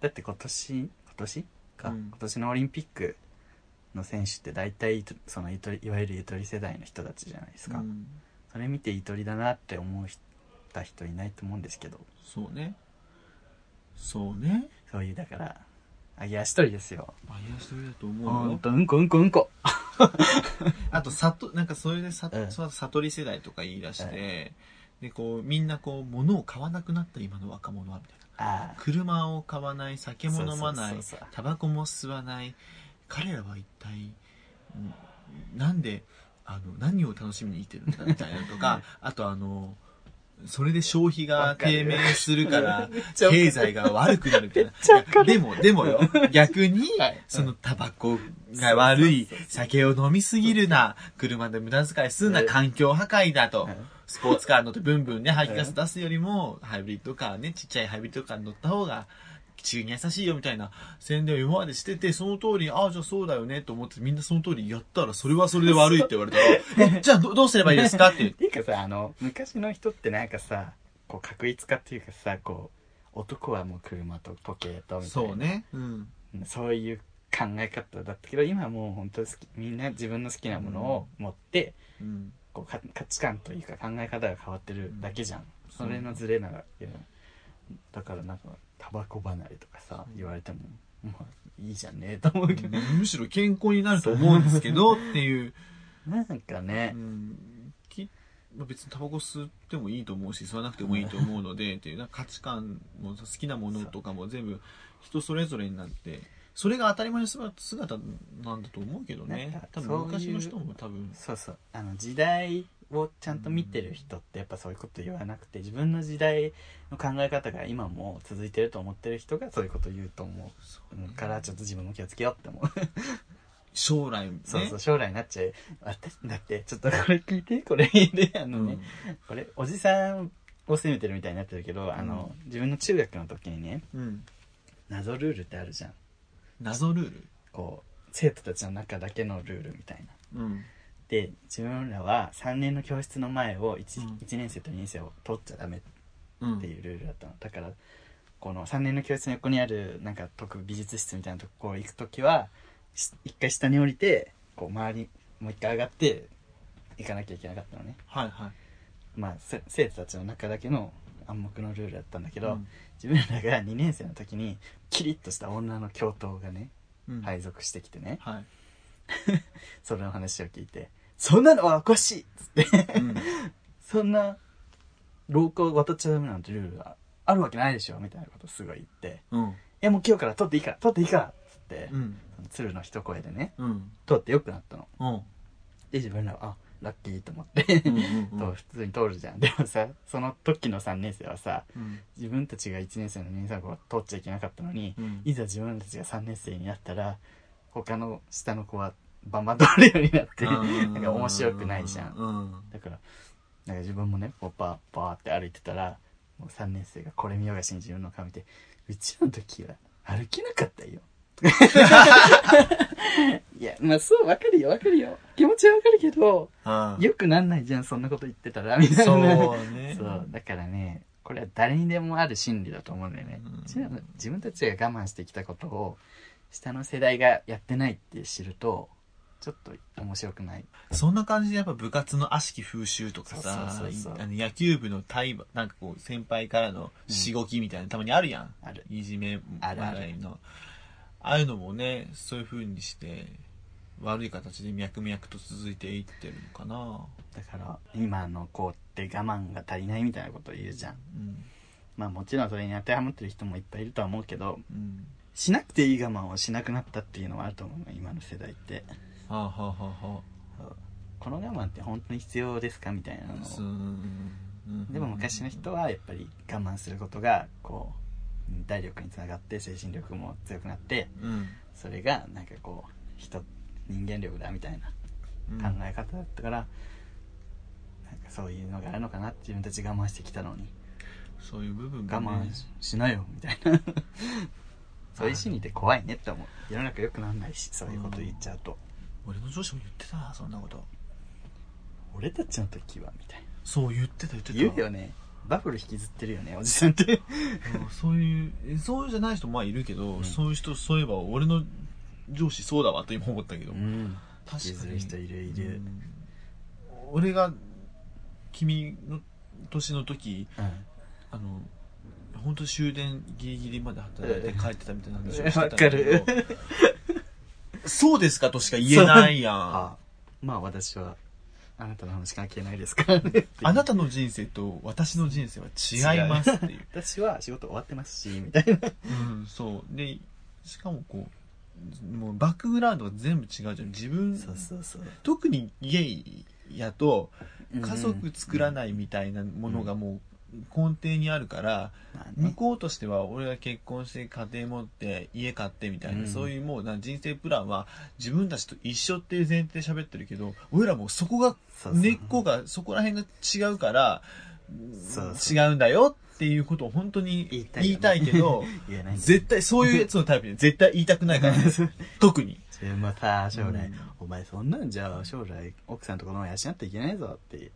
[SPEAKER 2] だって今年今年か、
[SPEAKER 1] うん
[SPEAKER 2] 今年のオリンピックの選手って大体そのゆとりいわゆるゆとり世代の人たちじゃないですか、
[SPEAKER 1] うん
[SPEAKER 2] それ見てゆとりだなって思った人いないと思うんですけど
[SPEAKER 1] そうねそうね
[SPEAKER 2] そういうだから揚げ足取りですよ
[SPEAKER 1] バイアス取りだと
[SPEAKER 2] ほ
[SPEAKER 1] 思うんよ
[SPEAKER 2] とうんこうんこうんこ
[SPEAKER 1] あとさとなんかそれでさ、
[SPEAKER 2] うん
[SPEAKER 1] その悟り世代とか言い出して、でこうみんなこう物を買わなくなった今の若者はみたいな
[SPEAKER 2] ああ
[SPEAKER 1] 車を買わない酒も飲まない
[SPEAKER 2] そうそうそうそう
[SPEAKER 1] タバコも吸わない彼らは一体うんなんであの何を楽しみに生きてるんだみたいなのと かあとあのそれで消費が低迷する から
[SPEAKER 2] ちゃわかる
[SPEAKER 1] 経済が悪くなるみたい な
[SPEAKER 2] ちゃわか
[SPEAKER 1] いやでもでもよ逆 に
[SPEAKER 2] はい
[SPEAKER 1] そのタバコが悪い
[SPEAKER 2] そうそうそう
[SPEAKER 1] 酒を飲みすぎるな車で無駄遣いするな
[SPEAKER 2] うん
[SPEAKER 1] 環境破壊だと
[SPEAKER 2] うん
[SPEAKER 1] スポーツカー乗ってブンブンね、排気ガス出すよりも、ハイブリッドカーね、ちっちゃいハイブリッドカーに乗った方が、地球に優しいよみたいな宣伝を今までしてて、その通り、ああ、じゃあそうだよねと思って、みんなその通りやったら、それはそれで悪いって言われたら、えじゃあどどうすればいいですかって言う。
[SPEAKER 2] ていうかさあの昔の人ってなんかさこう確一化っていうかさこう男はもう車と時計とみたいな
[SPEAKER 1] そうね。うん。
[SPEAKER 2] そういう考え方だったけど今はもう本当好きみんな自分の好きなものを持って、
[SPEAKER 1] うん。
[SPEAKER 2] こうか価値観というか考え方が変わってるだけじゃん、
[SPEAKER 1] そう
[SPEAKER 2] それのズレならいやだからなんかタバコ離れとかさ
[SPEAKER 1] うん
[SPEAKER 2] 言われても、まあいいじゃんねと思うけど、
[SPEAKER 1] むしろ健康になると思うんですけど、っていう。
[SPEAKER 2] なんかね
[SPEAKER 1] う、んきまあ別にタバコ吸ってもいいと思うし吸わなくてもいいと思うの でっていうなんか価値観も好きなものとかも全部人それぞれになってそれが当たり前の姿姿なんだと思うけど
[SPEAKER 2] なん
[SPEAKER 1] ね
[SPEAKER 2] か
[SPEAKER 1] 多分
[SPEAKER 2] そう
[SPEAKER 1] 昔
[SPEAKER 2] いう
[SPEAKER 1] の人も多分
[SPEAKER 2] そうそうあの時代をちゃんと見てる人ってやっぱそういうこと言わなくて自分の時代の考え方が今も続いてると思ってる人がそういうこと言うと思
[SPEAKER 1] そう
[SPEAKER 2] う
[SPEAKER 1] ね
[SPEAKER 2] うんからちょっと自分も気をつけようって思う
[SPEAKER 1] 将来ね
[SPEAKER 2] そうそう、将来になっちゃう。私、だって、ちょっとこれ聞いて、これ、で、あ
[SPEAKER 1] う
[SPEAKER 2] の
[SPEAKER 1] ん
[SPEAKER 2] ね、これ、おじさんを責めてるみたいになってるけど、あの、自分の中学の時にね、
[SPEAKER 1] うん
[SPEAKER 2] 謎ルールってあるじゃん。
[SPEAKER 1] 謎ルール
[SPEAKER 2] こう、生徒たちの中だけのルールみたいな。
[SPEAKER 1] うん
[SPEAKER 2] で、自分らは3年の教室の前を 1,、
[SPEAKER 1] うん
[SPEAKER 2] 一年生と2年生を取っちゃダメ
[SPEAKER 1] うん
[SPEAKER 2] っていうルールだったの。だから、この3年の教室の横にある、なんか、特美術室みたいなとこ行く時は、し一回下に降りて、こう、周り、もう一回上がって、行かなきゃいけなかったのね。
[SPEAKER 1] はいはい
[SPEAKER 2] まあ、せ生徒たちの中だけの暗黙のルールだったんだけど、
[SPEAKER 1] うん
[SPEAKER 2] 自分らが2年生の時にキリッとした女の教頭がね
[SPEAKER 1] うん
[SPEAKER 2] 配属してきてね、
[SPEAKER 1] はい
[SPEAKER 2] それの話を聞いて「そんなのはおかしい!」っつって
[SPEAKER 1] うん
[SPEAKER 2] 「そんな廊下を渡っちゃダメなんてルールがあるわけないでしょ」みたいなことすごい言って
[SPEAKER 1] うん
[SPEAKER 2] 「いやもう今日から取っていいから取っていいから」っつって、
[SPEAKER 1] うん
[SPEAKER 2] その鶴の一声でね
[SPEAKER 1] うん
[SPEAKER 2] 取ってよくなったの。
[SPEAKER 1] うん
[SPEAKER 2] で自分らはあラッキーと思って、
[SPEAKER 1] うんうんうん
[SPEAKER 2] と普通に通るじゃんでもさその時の3年生はさ
[SPEAKER 1] うん
[SPEAKER 2] 自分たちが1年生の2年生の頃通っちゃいけなかったのに、
[SPEAKER 1] うん
[SPEAKER 2] いざ自分たちが3年生になったら他の下の子はバンバン取るようになってなんか面白くないじゃん
[SPEAKER 1] うん
[SPEAKER 2] だからなんか自分もねこうバーバーって歩いてたらもう3年生がこれ見よがしに自分の顔見てうちの時は歩けなかったよ いやまあそうわかるよわかるよ気持ちはわかるけど
[SPEAKER 1] うん
[SPEAKER 2] よくなんないじゃんそんなこと言ってたらみたいな
[SPEAKER 1] そうね
[SPEAKER 2] そうだからねこれは誰にでもある心理だと思うんだよね、
[SPEAKER 1] うん
[SPEAKER 2] 自分自分たちが我慢してきたことを下の世代がやってないって知るとちょっと面白くない
[SPEAKER 1] そんな感じでやっぱ部活の悪しき風習とかさ、
[SPEAKER 2] そうそうそうそう
[SPEAKER 1] あの野球部の対馬、なんかこう先輩からのしごきみたいな、たまにあるやん。
[SPEAKER 2] ある
[SPEAKER 1] いじめ
[SPEAKER 2] あるある
[SPEAKER 1] 笑いの。ああいうのもね、そういう風にして、悪い形で脈々と続いていってるのかな。
[SPEAKER 2] だから今の子って我慢が足りないみたいなことを言うじゃん
[SPEAKER 1] うん。
[SPEAKER 2] まあもちろんそれに当てはまってる人もいっぱいいるとは思うけど
[SPEAKER 1] うん。
[SPEAKER 2] しなくていい我慢をしなくなったっていうのはあると思うの今の世代って
[SPEAKER 1] はあ、はあはあは
[SPEAKER 2] この我慢って本当に必要ですかみたいな
[SPEAKER 1] あ、
[SPEAKER 2] の
[SPEAKER 1] そう
[SPEAKER 2] を
[SPEAKER 1] うん
[SPEAKER 2] でも昔の人はやっぱり我慢することがこううん体力につながって精神力も強くなって
[SPEAKER 1] うん、
[SPEAKER 2] それがなんかこう人人間力だみたいな
[SPEAKER 1] うん
[SPEAKER 2] 考え方だったから、なんかそういうのがあるのかなって自分たち我慢してきたのに
[SPEAKER 1] そういう部分が
[SPEAKER 2] 我
[SPEAKER 1] ね、
[SPEAKER 2] 慢ししなよみたい なそういう心理って怖いねって思う世の中良くなんないしそういうこと言っちゃうと、
[SPEAKER 1] 俺の上司も言ってたなそんなこと
[SPEAKER 2] 俺たちの時はみたいな
[SPEAKER 1] そう言ってた言ってた
[SPEAKER 2] 言うよねバブル引きずってるよねおじさんって
[SPEAKER 1] うんそういうえそうじゃない人もまあいるけど、
[SPEAKER 2] ん
[SPEAKER 1] そういう人そういえば俺の上司そうだわと今思ったけど、
[SPEAKER 2] ん
[SPEAKER 1] 確かに
[SPEAKER 2] 引きずる人いるいる
[SPEAKER 1] うん俺が君の年の時
[SPEAKER 2] う
[SPEAKER 1] あの本当終電ギリギリまで働いて
[SPEAKER 2] うん
[SPEAKER 1] 帰ってたみたいな話
[SPEAKER 2] ん
[SPEAKER 1] をしてたん
[SPEAKER 2] わ
[SPEAKER 1] だけ
[SPEAKER 2] か
[SPEAKER 1] ど
[SPEAKER 2] る
[SPEAKER 1] そうですかとしか言えないやんあ
[SPEAKER 2] あまあ私はあなたの話関係ないですからね
[SPEAKER 1] なたの人生と私の人生は違いますって いう
[SPEAKER 2] 私は仕事終わってますしみたいな
[SPEAKER 1] うん、そう。で、しかもこう、もうバックグラウンドが全部違うじゃん。自分、
[SPEAKER 2] そうそう
[SPEAKER 1] 特にゲイやと、家族作ら
[SPEAKER 2] い、
[SPEAKER 1] ないみたいなものがもう根底にあるから、
[SPEAKER 2] まあ
[SPEAKER 1] 向
[SPEAKER 2] ね、
[SPEAKER 1] こうとしては俺が結婚して家庭持って家買ってみたいな、
[SPEAKER 2] うん
[SPEAKER 1] そういうもうな人生プランは自分たちと一緒っていう前提で喋ってるけど、俺らもうそこが
[SPEAKER 2] そうそう
[SPEAKER 1] 根っこがそこら辺が違うから、
[SPEAKER 2] そうそう
[SPEAKER 1] 違うんだよっていうことを本当に
[SPEAKER 2] 言いたい
[SPEAKER 1] 言い
[SPEAKER 2] よね
[SPEAKER 1] たいけ ど、
[SPEAKER 2] 言えないんだ
[SPEAKER 1] 絶対、そういうやつのタイプに絶対言いたくない から、特に。
[SPEAKER 2] それもさ将来、
[SPEAKER 1] うん
[SPEAKER 2] お前そんなんじゃ将来奥さんと子供養っていけないぞって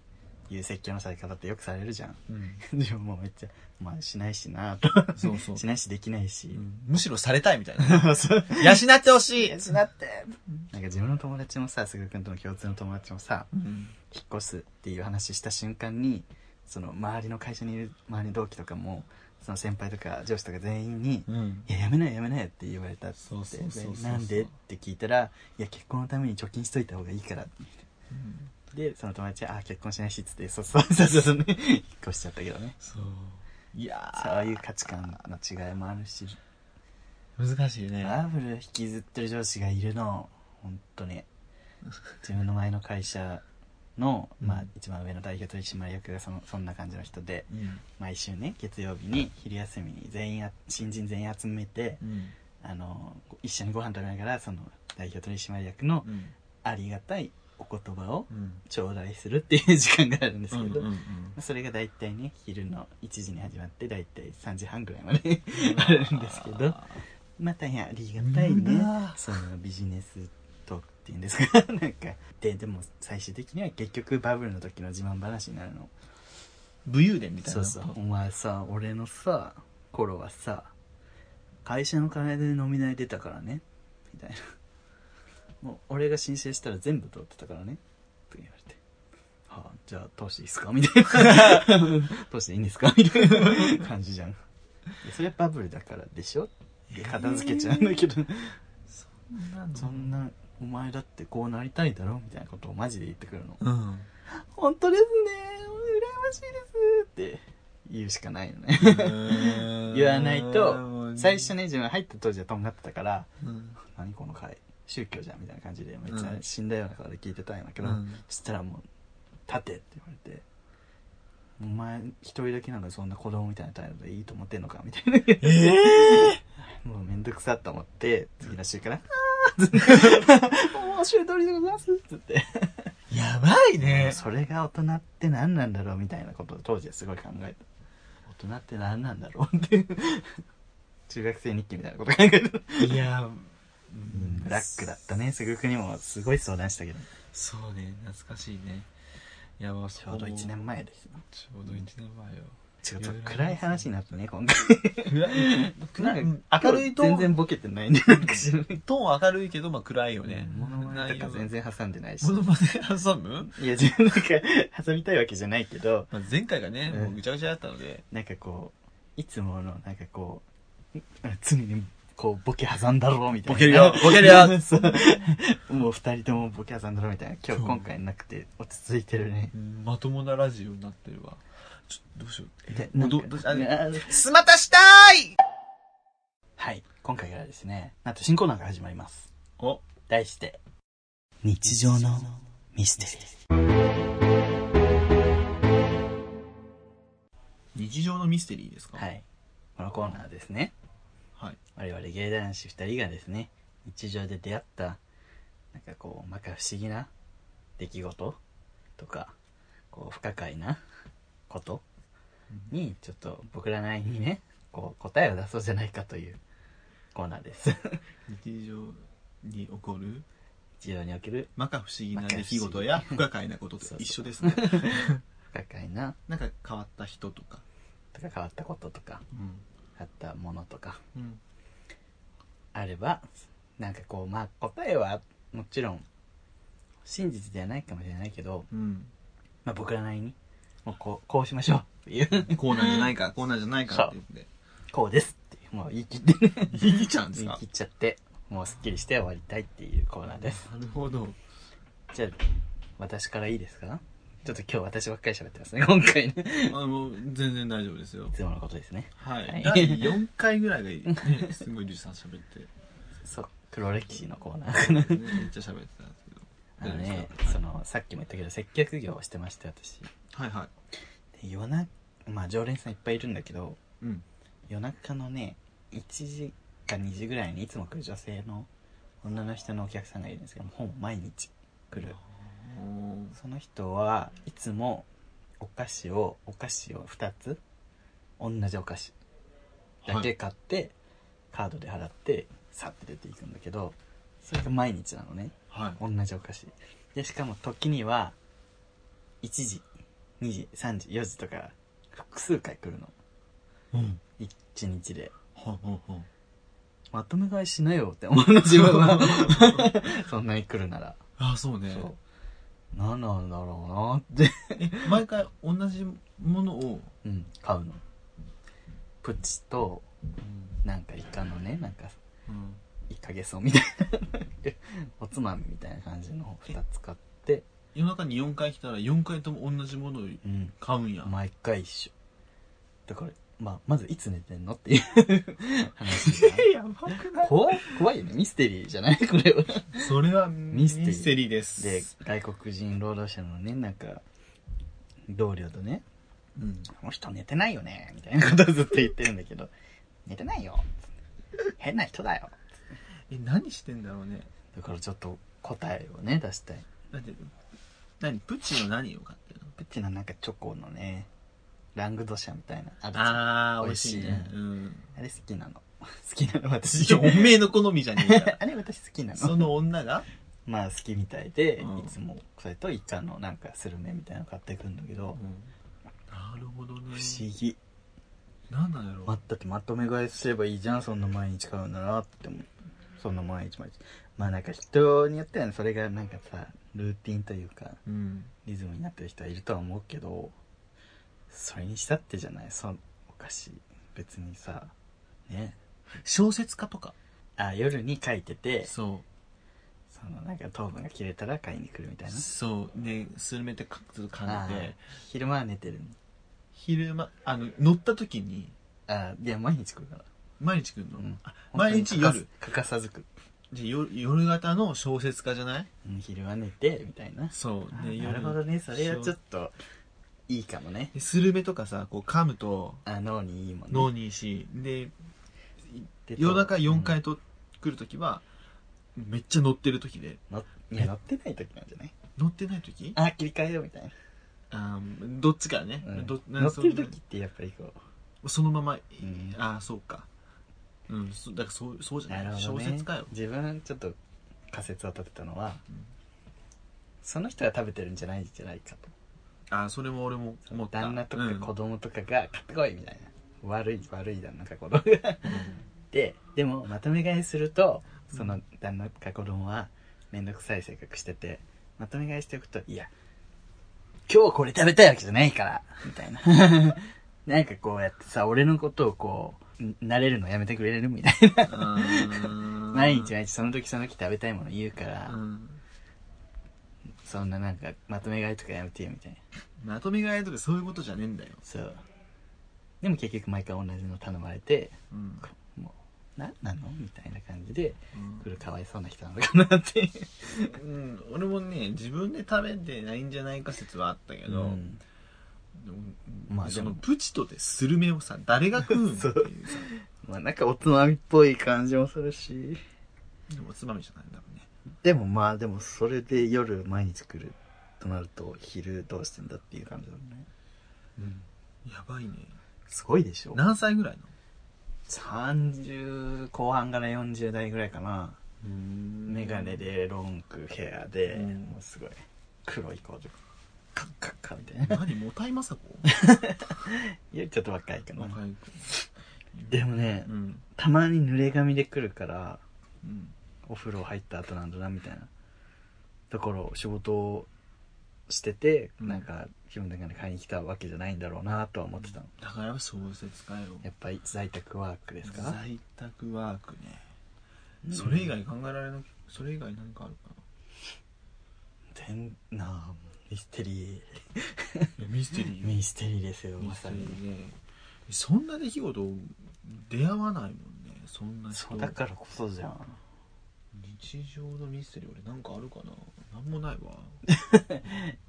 [SPEAKER 2] いう説教のされ方ってよくされるじゃ んでももうめっちゃまあしないしなと
[SPEAKER 1] そう そう
[SPEAKER 2] しないしできないし、
[SPEAKER 1] むしろされたいみたいな。
[SPEAKER 2] そう
[SPEAKER 1] 養ってほしい
[SPEAKER 2] しなってなんか自分の友達もさすぐくんとの共通の友達もさ
[SPEAKER 1] うん
[SPEAKER 2] 引っ越すっていう話した瞬間にその周りの会社にいる周りの同期とかもその先輩とか上司とか全員に
[SPEAKER 1] うん
[SPEAKER 2] 「いややめなよやめなよ」って言われたって
[SPEAKER 1] そうそうそうそう
[SPEAKER 2] でなんで?」って聞いたら「いや結婚のために貯金しといた方がいいから」でその友達は「あ結婚しないし」っつってそうそうそうそうね引っ越しちゃったけどね
[SPEAKER 1] そう。いや
[SPEAKER 2] そ
[SPEAKER 1] ー
[SPEAKER 2] ういう価値観の違いもあるし
[SPEAKER 1] 難しいね。
[SPEAKER 2] バブル引きずってる上司がいるの本当に自分の前の会社の、
[SPEAKER 1] うん
[SPEAKER 2] まあ、一番上の代表取締役がそのそんな感じの人で
[SPEAKER 1] うん
[SPEAKER 2] 毎週ね月曜日に昼休みに全員あ新人全員集めて
[SPEAKER 1] うん
[SPEAKER 2] あの一緒にご飯食べながらその代表取締役の
[SPEAKER 1] うん
[SPEAKER 2] ありがたいお言葉を
[SPEAKER 1] うん
[SPEAKER 2] 頂戴するっていう時間があるんです
[SPEAKER 1] う
[SPEAKER 2] け
[SPEAKER 1] ん
[SPEAKER 2] ど、
[SPEAKER 1] うん
[SPEAKER 2] それが大体ね昼の1時に始まって大体3時半ぐらいまで あるんですけどまたやありがたい
[SPEAKER 1] 見る
[SPEAKER 2] ね
[SPEAKER 1] な
[SPEAKER 2] そのビジネストークっていうんですかなんかででも最終的には結局バブルの時の自慢話になるの
[SPEAKER 1] 武勇伝みたい
[SPEAKER 2] そ
[SPEAKER 1] な。
[SPEAKER 2] うそうお前さ俺のさ頃はさ会社の金で飲み代出たからねみたいなもう俺が申請したら全部通ってたからねって言われて「はあじゃあ投資いいっすか?」みたい な「投資でいいんですか?」みたいな感じじゃんいやそれはバブルだからでしょって片付けちゃうんだけど、そんなお前だってこうなりたいだろみたいなことをマジで言ってくるの
[SPEAKER 1] うん。
[SPEAKER 2] 本当ですね羨ましいですって言うしかないよ ね言わないと最初
[SPEAKER 1] に。
[SPEAKER 2] ね自分入った当時はとんがってたから
[SPEAKER 1] うん
[SPEAKER 2] 「何この回宗教じゃん」みたいな感じでめっち
[SPEAKER 1] う
[SPEAKER 2] ゃ
[SPEAKER 1] ん
[SPEAKER 2] 死んだような顔で聞いてたんだけど、
[SPEAKER 1] うん
[SPEAKER 2] そしたらもう「立て」って言われて「お前一人だけなんかそんな子供みたいな態度でいいと思ってんのか」みたいな
[SPEAKER 1] え
[SPEAKER 2] もうめんどくさと思って次の週から「ああ もう週通りでございます」っつって
[SPEAKER 1] ーやばいね。
[SPEAKER 2] それが大人って何なんだろうみたいなことを当時はすごい考えた大人って何なんだろうって 中学生日記みたいなこと考えた
[SPEAKER 1] いや、
[SPEAKER 2] ブラックだったね。すぐくにもすごい相談したけど。
[SPEAKER 1] そうね、懐かしいね。いやば、
[SPEAKER 2] ちょうど1年前ですよ。
[SPEAKER 1] ちょうど1年前よ。
[SPEAKER 2] ちょっと暗い話になったね、今回。なんか
[SPEAKER 1] 明
[SPEAKER 2] 明
[SPEAKER 1] る
[SPEAKER 2] る
[SPEAKER 1] い
[SPEAKER 2] い
[SPEAKER 1] トー
[SPEAKER 2] と全
[SPEAKER 1] ン
[SPEAKER 2] 然ボケてないね。なんか自分
[SPEAKER 1] トーン明るいけど、まあ暗いよね。
[SPEAKER 2] 物まねとか全然挟んでないし。
[SPEAKER 1] 物まね挟む、
[SPEAKER 2] いや、自分なんか挟みたいわけじゃないけど、
[SPEAKER 1] まあ、前回がね、
[SPEAKER 2] うん
[SPEAKER 1] もうぐちゃぐちゃだったので、
[SPEAKER 2] なんかこう、いつもの、なんかこう、うん常にこう、ボケ挟んだろうみたいな。
[SPEAKER 1] ボケる よボケるよ
[SPEAKER 2] そうもう二人ともボケ挟んだろうみたいな。今
[SPEAKER 1] そ
[SPEAKER 2] 日
[SPEAKER 1] う
[SPEAKER 2] 今回なくて落ち着いてるね。
[SPEAKER 1] うんまともなラジオになってるわ。ちょっとどうしよう。
[SPEAKER 2] で、
[SPEAKER 1] も
[SPEAKER 2] な
[SPEAKER 1] うんど
[SPEAKER 2] か
[SPEAKER 1] うどうしあ
[SPEAKER 2] あ
[SPEAKER 1] すまたしたーい
[SPEAKER 2] はい。今回からですね、なんと新コーナーが始まります。
[SPEAKER 1] お
[SPEAKER 2] 題して、日常のミステリー。
[SPEAKER 1] 日常のミステリーですか
[SPEAKER 2] はい。このコーナーですね。
[SPEAKER 1] はい。
[SPEAKER 2] 我々芸男子2人がですね日常で出会ったなんかこうまか不思議な出来事とかこう不可解なことにちょっと僕らなりにねこう答えを出そうじゃないかというコーナーです
[SPEAKER 1] 日常に起こる、
[SPEAKER 2] 日常における
[SPEAKER 1] まか不思議な出来事や不可解なことと一緒です ね。
[SPEAKER 2] 不可解な
[SPEAKER 1] なんか変わった人とか。
[SPEAKER 2] とか変わったこととか
[SPEAKER 1] うん。
[SPEAKER 2] あったものとか
[SPEAKER 1] うん。
[SPEAKER 2] あればなんかこうまあ答えはもちろん真実ではないかもしれないけど、まあ、僕らなりにもうこうこうしましょうという
[SPEAKER 1] コーナーじゃないか、コーナーじゃないかって言って。
[SPEAKER 2] こうですっていうもう言い切ってね
[SPEAKER 1] 言いちゃうんです
[SPEAKER 2] 言い
[SPEAKER 1] か
[SPEAKER 2] 切っちゃってもうすっきりして終わりたいっていうコーナーです
[SPEAKER 1] なるほど。
[SPEAKER 2] じゃあ私からいいですかちょっと今日私ばっかり喋ってますね今回ねい
[SPEAKER 1] あの、全然大丈夫ですよ。
[SPEAKER 2] つものことですね
[SPEAKER 1] はい。
[SPEAKER 2] はい
[SPEAKER 1] 第4回ぐらいがいい、ね。すごいリュウジさん喋って。
[SPEAKER 2] そう黒歴史のコーナー
[SPEAKER 1] めっちゃ喋ってたんですけど。
[SPEAKER 2] あのねそのさっきも言ったけど接客業をしてまして私
[SPEAKER 1] はいは
[SPEAKER 2] で夜なまあ常連さんいっぱいいるんだけど
[SPEAKER 1] い。うん。
[SPEAKER 2] 夜中のね1時か2時ぐらいにいつも来る女性の女の人のお客さんがいるんですけどほぼ毎日来るその人はいつもお菓子をお菓子を2つ同じお菓子だけ買って、カードで払ってさって出ていくんだけどそれが毎日なのね
[SPEAKER 1] はい。
[SPEAKER 2] 同じお菓子でしかも時には1時2時3時4時とか複数回来るの
[SPEAKER 1] うん。
[SPEAKER 2] 1日で
[SPEAKER 1] ははは
[SPEAKER 2] まとめ買いしなよって 思うの自分は そんなに来るなら、
[SPEAKER 1] あ、そうね。
[SPEAKER 2] そう何なんだろうなって
[SPEAKER 1] え、毎回同じものを、
[SPEAKER 2] うん、買うのプチとなんかイカのねなんか
[SPEAKER 1] うん。
[SPEAKER 2] イカゲソみたいなおつまみみたいな感じの2つ買って、
[SPEAKER 1] 夜中に4回来たら4回とも同じものを
[SPEAKER 2] うん、
[SPEAKER 1] 買うんや。
[SPEAKER 2] 毎回一緒だから、まあ、まずいつ寝てんのっていう話が
[SPEAKER 1] やばくな
[SPEAKER 2] 怖い怖いよねミステリーじゃない これは
[SPEAKER 1] それはミ
[SPEAKER 2] ミ
[SPEAKER 1] ス
[SPEAKER 2] ス
[SPEAKER 1] テリ
[SPEAKER 2] テリ
[SPEAKER 1] ー
[SPEAKER 2] ー
[SPEAKER 1] です。
[SPEAKER 2] で外国人労働者のねなんか同僚とね
[SPEAKER 1] うん。
[SPEAKER 2] この人寝てないよね、みたいなことをずっと言ってるんだけど、寝てないよ。変な人だよ。
[SPEAKER 1] え、何してんだろうね。
[SPEAKER 2] だからちょっと答えをね、出したい。
[SPEAKER 1] だって、何プチの何を買ってるの
[SPEAKER 2] プッチのなんかチョコのね、ラングドシャみたいな。あるじゃん
[SPEAKER 1] あー、美味
[SPEAKER 2] 美味
[SPEAKER 1] し
[SPEAKER 2] し
[SPEAKER 1] い
[SPEAKER 2] い
[SPEAKER 1] ね
[SPEAKER 2] ね。
[SPEAKER 1] うん。
[SPEAKER 2] あれ好きなの。 好きなの私。。
[SPEAKER 1] ちょ、おめえの好みじゃねえから
[SPEAKER 2] あれ私 好きな
[SPEAKER 1] そ
[SPEAKER 2] の。
[SPEAKER 1] の女が
[SPEAKER 2] まあ好きみたいで、
[SPEAKER 1] うん
[SPEAKER 2] いつもそれとイカのなんかスルメみたいなの買ってくるんだけど、
[SPEAKER 1] なるほどね。
[SPEAKER 2] 不思議。
[SPEAKER 1] なんなんやろ
[SPEAKER 2] ま、だってまとめ買いすればいいじゃん、そんな毎日買うならって思う。そんな毎日毎日。まあなんか人によってはね、それがなんかさ、ルーティンというか、
[SPEAKER 1] うん。
[SPEAKER 2] リズムになってる人はいるとは思うけど、それにしたってじゃないそのお菓子、別にさ、ね。
[SPEAKER 1] 小説家とか。
[SPEAKER 2] あ、夜に書いてて、
[SPEAKER 1] そ
[SPEAKER 2] そのなんか糖分が切れたら買いに来るみた
[SPEAKER 1] う。
[SPEAKER 2] いな。
[SPEAKER 1] そう。ね、スルメってかずっと
[SPEAKER 2] あ
[SPEAKER 1] 感じて、
[SPEAKER 2] 昼間は寝てるの。
[SPEAKER 1] 昼間、あの、乗った時に、
[SPEAKER 2] あ、いや、毎日来るから。
[SPEAKER 1] 毎日来るの、
[SPEAKER 2] うん
[SPEAKER 1] あ毎日夜。
[SPEAKER 2] 欠かさずく。
[SPEAKER 1] じゃあ夜夜型の小説家じゃない
[SPEAKER 2] うん昼は寝て、みたいな。
[SPEAKER 1] そう。で
[SPEAKER 2] あなるほどねそれはちょっ
[SPEAKER 1] と。
[SPEAKER 2] といいかもね
[SPEAKER 1] でスルメとかさ、こう噛むと
[SPEAKER 2] あ脳にいいもんね
[SPEAKER 1] 脳にいいし、で、
[SPEAKER 2] で
[SPEAKER 1] 夜中4
[SPEAKER 2] う
[SPEAKER 1] 回
[SPEAKER 2] ん
[SPEAKER 1] と来る時は、めっちゃ乗ってる時で、
[SPEAKER 2] のいや乗ってない時なんじゃない
[SPEAKER 1] 乗ってない時
[SPEAKER 2] あ切り替えようみたい
[SPEAKER 1] あーどっちかね。
[SPEAKER 2] な、うん
[SPEAKER 1] ど
[SPEAKER 2] 乗ってる時ってやっぱりこ
[SPEAKER 1] そのまま、
[SPEAKER 2] う、うん
[SPEAKER 1] ああそうかうんそだからそうそうじゃな
[SPEAKER 2] ないるほど
[SPEAKER 1] 小
[SPEAKER 2] ね
[SPEAKER 1] 説かよ
[SPEAKER 2] 自分ちょっと仮説を立てたのは、
[SPEAKER 1] うん
[SPEAKER 2] その人が食べてるんじゃないんじゃないかと
[SPEAKER 1] あそれも俺も思った
[SPEAKER 2] 旦那と
[SPEAKER 1] う
[SPEAKER 2] か
[SPEAKER 1] ん
[SPEAKER 2] 子供とかが買ってこいみたいな、悪い悪い旦那か子供がででもまとめ買いするとその旦那か子供は面倒くさい性格しててまとめ買いしておくといや今日これ食べたいわけじゃないからみ たいななんかこうやってさ俺のことをこうん慣れるのやめてくれるみたいな
[SPEAKER 1] うん
[SPEAKER 2] 毎日毎日その時その時食べたいもの言うから、
[SPEAKER 1] うん
[SPEAKER 2] そんななんかまとめ買いとかやめてよみたいな
[SPEAKER 1] まとめ買いとかそういうことじゃねえんだよ、
[SPEAKER 2] そうでも結局毎回同じの頼まれて
[SPEAKER 1] うん
[SPEAKER 2] もう、なんなのみたいな感じで、
[SPEAKER 1] うん
[SPEAKER 2] 来るかわいそうな人なのかな っていう。
[SPEAKER 1] うん、俺もね自分で食べてないんじゃないか説はあったけど、
[SPEAKER 2] うん
[SPEAKER 1] でも
[SPEAKER 2] まあ
[SPEAKER 1] そ
[SPEAKER 2] で
[SPEAKER 1] の
[SPEAKER 2] も
[SPEAKER 1] プチとでスルメをさ誰が食うんっていうさ
[SPEAKER 2] まあなんかおつまみっぽい感じもするし。
[SPEAKER 1] でもおつまみじゃないんだもんね
[SPEAKER 2] でもまあでもそれで夜毎日来るとなると昼どうしてんだっていう感じだもんね。
[SPEAKER 1] やばいね
[SPEAKER 2] すごいでしょ
[SPEAKER 1] 何歳ぐらいの
[SPEAKER 2] ?30 後半から40代ぐらいかな。メガネでロングヘアで、
[SPEAKER 1] うん
[SPEAKER 2] もうすごい黒いコート。カッカッカッみたいな。
[SPEAKER 1] 何もたいまさこ
[SPEAKER 2] いや、ちょっと若いかな。
[SPEAKER 1] 若い子
[SPEAKER 2] でもね
[SPEAKER 1] う、ん
[SPEAKER 2] たまに濡れ髪で来るから、
[SPEAKER 1] うん
[SPEAKER 2] お風呂入った後なんだなみたいなだから仕事をしてて、
[SPEAKER 1] うん
[SPEAKER 2] なんか気分だけで買いに来たわけじゃないんだろうなとは思ってたの、
[SPEAKER 1] だから小説家よ
[SPEAKER 2] やっぱり在宅ワークですか
[SPEAKER 1] 在宅ワークね、それ以外考えられないそれ以外何かあるか
[SPEAKER 2] 全なあミステリ
[SPEAKER 1] なミステリ
[SPEAKER 2] ーミステリーですよ
[SPEAKER 1] ミ
[SPEAKER 2] ま
[SPEAKER 1] ス
[SPEAKER 2] さ
[SPEAKER 1] テリ
[SPEAKER 2] に
[SPEAKER 1] ーねそんな出来事出会わないもんねそんな人
[SPEAKER 2] そうだからこそじゃん
[SPEAKER 1] 日常のミステリー俺なんかあるかななんもないわ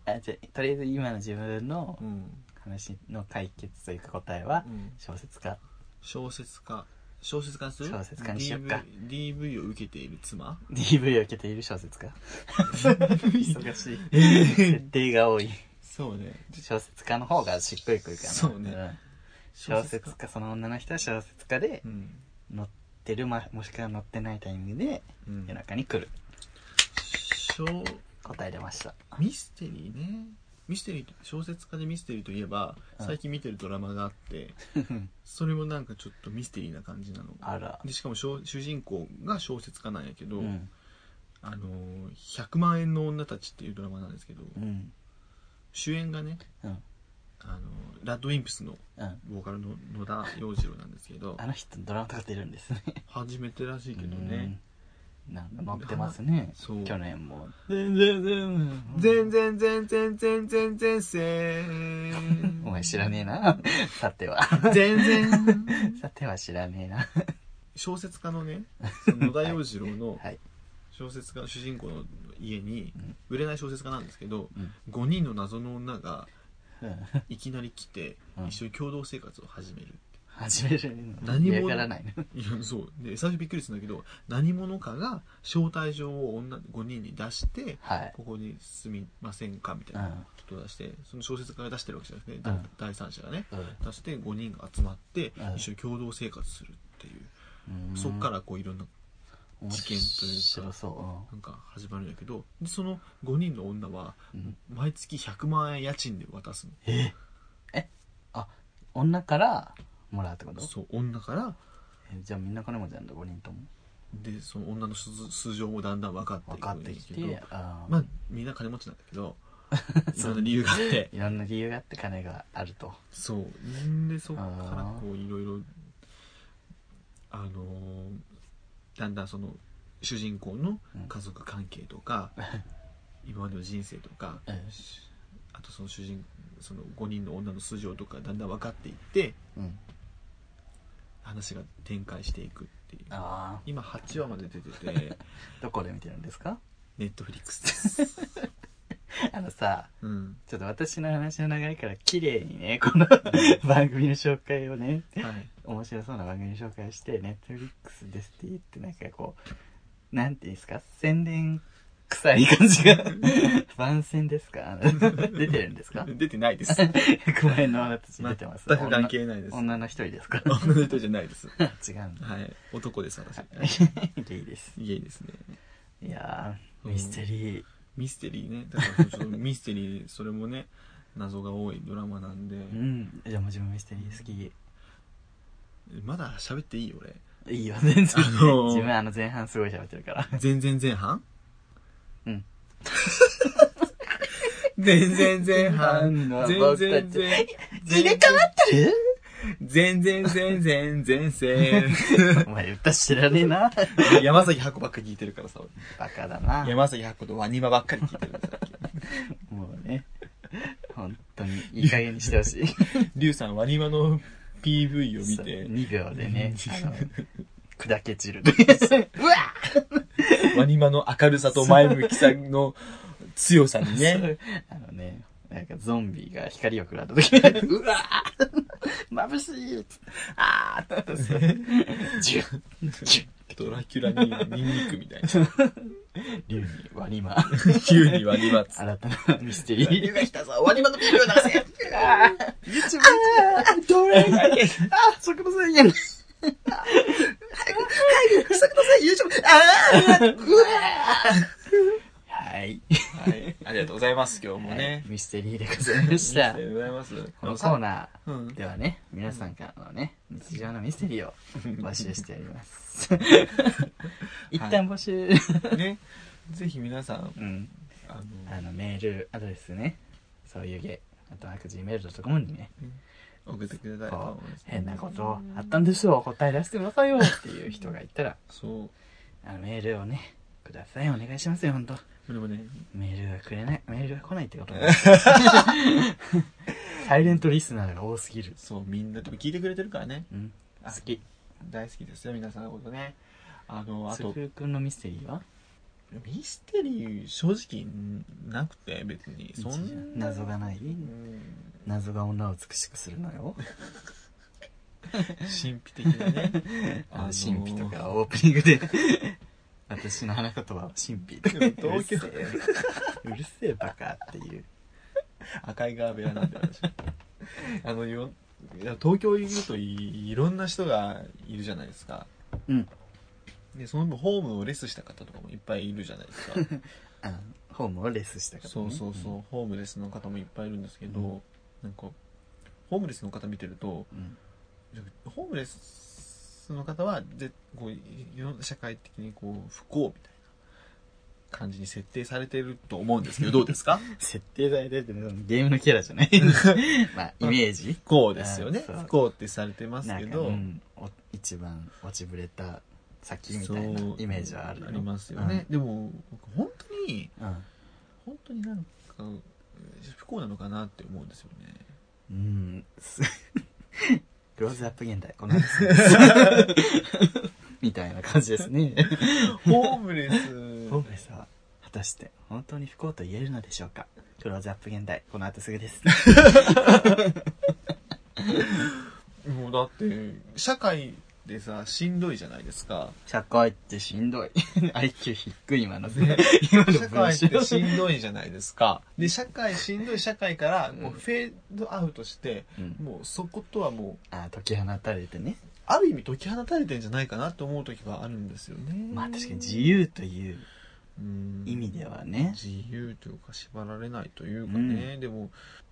[SPEAKER 2] あじゃあとりあえず今の自分の
[SPEAKER 1] うん、
[SPEAKER 2] 話の解決というか答えは
[SPEAKER 1] うん、
[SPEAKER 2] 小説家
[SPEAKER 1] 小説家小説家にする
[SPEAKER 2] 小説家にしよっか
[SPEAKER 1] DV, DV を受けている妻
[SPEAKER 2] DV を受けている小説家忙しい 設定が多い
[SPEAKER 1] そうね
[SPEAKER 2] 小説家の方がしっくりくるかな
[SPEAKER 1] そうね
[SPEAKER 2] ん小説家その女の人は小説家で
[SPEAKER 1] うん、
[SPEAKER 2] 乗ってる、ま、もしくは乗ってないタイミングで
[SPEAKER 1] うん
[SPEAKER 2] 夜、中に来る
[SPEAKER 1] 小
[SPEAKER 2] 答え出ました
[SPEAKER 1] ミステリーねミステリーと小説家でミステリーといえば
[SPEAKER 2] うん
[SPEAKER 1] 最近見てるドラマがあって、それもなんかちょっとミステリーな感じなの
[SPEAKER 2] あら
[SPEAKER 1] でしかも小主人公が小説家なんやけ
[SPEAKER 2] う
[SPEAKER 1] ど、
[SPEAKER 2] ん
[SPEAKER 1] あのー100万円の女たち」っていうドラマなんですけど、
[SPEAKER 2] うん
[SPEAKER 1] 主演がね
[SPEAKER 2] うん
[SPEAKER 1] あのーラッドウィンプスの
[SPEAKER 2] うん
[SPEAKER 1] ボーカルの野田洋次郎なんですけど
[SPEAKER 2] あの人ドラマとか出るんですね
[SPEAKER 1] 初めてらしいけどね、
[SPEAKER 2] うんなんか乗ってますね
[SPEAKER 1] そう
[SPEAKER 2] 去年も全然全
[SPEAKER 1] 全然全然全然全然
[SPEAKER 2] お前知らねえなさては
[SPEAKER 1] 全然
[SPEAKER 2] さては知らねえな
[SPEAKER 1] 小説家のねその野田洋次郎の
[SPEAKER 2] はい
[SPEAKER 1] 小説家の主人公の家に
[SPEAKER 2] うん
[SPEAKER 1] 売れない小説家なんですけど、
[SPEAKER 2] うん
[SPEAKER 1] 5人の謎の女が
[SPEAKER 2] うん
[SPEAKER 1] いきなり来て
[SPEAKER 2] うん
[SPEAKER 1] 一緒に共同生活を始める、
[SPEAKER 2] 始めるの
[SPEAKER 1] 何も
[SPEAKER 2] 嫌がらないの
[SPEAKER 1] いやそうで最初びっくりするんだけど何者かが招待状を女5人に出して
[SPEAKER 2] はい
[SPEAKER 1] ここに住みませんかみたいなことを出してその小説家が出してるわけじゃなくて、だ
[SPEAKER 2] うん
[SPEAKER 1] 第三者がね
[SPEAKER 2] うん
[SPEAKER 1] 出して5人が集まって
[SPEAKER 2] うん
[SPEAKER 1] 一緒に共同生活するっていう、
[SPEAKER 2] うん
[SPEAKER 1] そっからこういろんな事件というか
[SPEAKER 2] 面白そ
[SPEAKER 1] なんか始まるんだけどでその5人の女は
[SPEAKER 2] う、うん、
[SPEAKER 1] 毎月100万円家賃で渡す
[SPEAKER 2] ええあ女からもらうってこ
[SPEAKER 1] の
[SPEAKER 2] と
[SPEAKER 1] そう女から
[SPEAKER 2] えじゃあみんな金持ちなんだ5人とも
[SPEAKER 1] でその女の素素性もだんだん分かってい
[SPEAKER 2] 分かってき
[SPEAKER 1] くんだけど
[SPEAKER 2] てあー、
[SPEAKER 1] まあみんな金持ちなんだけ どい
[SPEAKER 2] そ
[SPEAKER 1] ろ
[SPEAKER 2] うん
[SPEAKER 1] な理由があって
[SPEAKER 2] いろんな理由があって金があると
[SPEAKER 1] そうんでそっからこういろいろあのーだんだんその主人公の家族関係とか、今までの人生とか、
[SPEAKER 2] うん
[SPEAKER 1] しあとその主人その5人の女の素性とかだんだん分かっていって
[SPEAKER 2] うん
[SPEAKER 1] 話が展開していくっていう
[SPEAKER 2] あ
[SPEAKER 1] 今8話まで出て て
[SPEAKER 2] あどこで見てるんですか
[SPEAKER 1] ネットフリックス です、
[SPEAKER 2] あのさ
[SPEAKER 1] うん
[SPEAKER 2] ちょっと私の話の流れから綺麗にねこの 番組の紹介をね
[SPEAKER 1] はい、
[SPEAKER 2] 面白そうな番組の紹介して「ネットフリックスです」って言ってなんかこうなんていうんですか宣伝臭い 感じが番宣ですか出てるんです か
[SPEAKER 1] 出てないです
[SPEAKER 2] 100万円の女たちに
[SPEAKER 1] 全
[SPEAKER 2] 出てます
[SPEAKER 1] く関係ないです
[SPEAKER 2] 女女の一人ですか
[SPEAKER 1] 女の人じゃないです
[SPEAKER 2] 違うん だ
[SPEAKER 1] はい男です私
[SPEAKER 2] ゲイです
[SPEAKER 1] いいですね
[SPEAKER 2] いや
[SPEAKER 1] う
[SPEAKER 2] ー
[SPEAKER 1] ん
[SPEAKER 2] ミステリー
[SPEAKER 1] ミステリーねだからちょっとミステリーそれもね 謎が多いドラマなんで、
[SPEAKER 2] うんじゃあもう自分ミステリー好き
[SPEAKER 1] まだ喋っていい俺
[SPEAKER 2] いいよ全然、
[SPEAKER 1] あのー
[SPEAKER 2] 自分あの前半すごい喋ってるから
[SPEAKER 1] 全然前半
[SPEAKER 2] うん。
[SPEAKER 1] 全然前半。
[SPEAKER 2] 半の
[SPEAKER 1] 全
[SPEAKER 2] 僕た
[SPEAKER 1] 然
[SPEAKER 2] ち
[SPEAKER 1] 前。
[SPEAKER 2] 入れ替わってる
[SPEAKER 1] 全然前前前線。
[SPEAKER 2] お前歌知らねえな
[SPEAKER 1] 山崎箱ばっか聞いてるからさ、俺
[SPEAKER 2] バカだな
[SPEAKER 1] 山崎箱とワニマばっかり聞いてる からさ。
[SPEAKER 2] もう ね本当にいい加減にしてほしい
[SPEAKER 1] リュウさん、ワニマの PV を見
[SPEAKER 2] そう
[SPEAKER 1] て、
[SPEAKER 2] 2秒でねあの砕け散るう
[SPEAKER 1] ワニマの明るさと前向きさの強さに
[SPEAKER 2] わ、
[SPEAKER 1] ね、
[SPEAKER 2] あのねなんかゾンビが光を食らった時に うわ眩しいっつってあーってジュッジュッ
[SPEAKER 1] ドラキュラにニンニクみたいな。
[SPEAKER 2] 竜に割りま
[SPEAKER 1] 急にワニマっつって
[SPEAKER 2] 新たなミステリー
[SPEAKER 1] が来たぞワニマの PV を流せ
[SPEAKER 2] YouTube どれあそこのせいやな
[SPEAKER 1] 早くしてください !YouTube! あーうわ
[SPEAKER 2] はい
[SPEAKER 1] はい。ありがとうございます、今日もね。
[SPEAKER 2] ミステリーでございまし
[SPEAKER 1] あ
[SPEAKER 2] た
[SPEAKER 1] りがとうございます。
[SPEAKER 2] このコーナ
[SPEAKER 1] う
[SPEAKER 2] ー
[SPEAKER 1] ん。
[SPEAKER 2] ではね皆さんからのね日常のミステリーを募集しております一旦募集、
[SPEAKER 1] ね。ぜひ皆さん、
[SPEAKER 2] うん
[SPEAKER 1] あ
[SPEAKER 2] あのメールアドレスねそういうゲあとマーク Gmail.com にね
[SPEAKER 1] の、送ってくれたらと思います。
[SPEAKER 2] 変なことあったんですよ答え出してくださいよっていう人がいたら
[SPEAKER 1] そう。
[SPEAKER 2] あのメールをねくださいお願いしますよ本当
[SPEAKER 1] でもね、
[SPEAKER 2] メールはくれないメールは来ないってことだ サイレントリスナーが多すぎる、
[SPEAKER 1] そう、みんな、でも聞いてくれてるからね。
[SPEAKER 2] うん、好
[SPEAKER 1] あ
[SPEAKER 2] き
[SPEAKER 1] 大好きですよ、皆さんのことね。あの、あ
[SPEAKER 2] す
[SPEAKER 1] と
[SPEAKER 2] ふ、うくんのミステリーは
[SPEAKER 1] ミステリー、正直、なくて、別に。そんな。
[SPEAKER 2] 謎がない
[SPEAKER 1] うん
[SPEAKER 2] 謎が女を美しくするの よ
[SPEAKER 1] 神秘的なね。
[SPEAKER 2] あの神秘とかオープニングで 私の花言葉は神秘とか
[SPEAKER 1] でも東京
[SPEAKER 2] うるせえうるせえバカっていう
[SPEAKER 1] 赤いガーベラなんだよ私あのよいや東京にいるといいろんな人がいるじゃないですか
[SPEAKER 2] うん
[SPEAKER 1] でその分ホームをレスした方とかもいっぱいいるじゃないですか
[SPEAKER 2] あのホームをレスしたから、ね、
[SPEAKER 1] そうそうそう、ホームレスの方もいっぱいいるんですけど、
[SPEAKER 2] うん
[SPEAKER 1] なんかホームレスの方見てると
[SPEAKER 2] うん、
[SPEAKER 1] ホームレスの方はぜこうい世の社会的にこう不幸みたいな感じに設定されてると思うんですけどどう ですか
[SPEAKER 2] 設定されてるってねそのゲームのキャラ じゃないまあイメージ
[SPEAKER 1] 不幸ですよね
[SPEAKER 2] あーそう
[SPEAKER 1] 不幸ってされてます
[SPEAKER 2] な
[SPEAKER 1] け
[SPEAKER 2] んか、
[SPEAKER 1] ど、
[SPEAKER 2] うん、お一番落ちぶれた先みたいな
[SPEAKER 1] そう
[SPEAKER 2] イメージはあるよ
[SPEAKER 1] ありますよね、、でも僕本当に
[SPEAKER 2] うんうん
[SPEAKER 1] 本当になんかうん不幸なのかなって思うんですよね
[SPEAKER 2] うんすクローズアップ現代このやつみたいな感じです ね
[SPEAKER 1] ホームレス
[SPEAKER 2] ホームレスは果たして本当に不幸と言えるのでしょうかクローズアップ現代この後すぐです
[SPEAKER 1] もうだって社会でさしんどいじゃないです か
[SPEAKER 2] 社会ってしん どい IQ 低い今の
[SPEAKER 1] ね
[SPEAKER 2] 今の
[SPEAKER 1] 社会
[SPEAKER 2] 文
[SPEAKER 1] って
[SPEAKER 2] 章
[SPEAKER 1] しんどいじゃないですかで社会しんどい社会からもうフェードアウトして、
[SPEAKER 2] うん、
[SPEAKER 1] もうそことはもう
[SPEAKER 2] あ解き放たれてね
[SPEAKER 1] ある意味解き放たれてんじゃないかなと思う時があるんですよね
[SPEAKER 2] まあ確かに自由という
[SPEAKER 1] うん
[SPEAKER 2] 意味ではね
[SPEAKER 1] 自由というか縛られないというかね、でも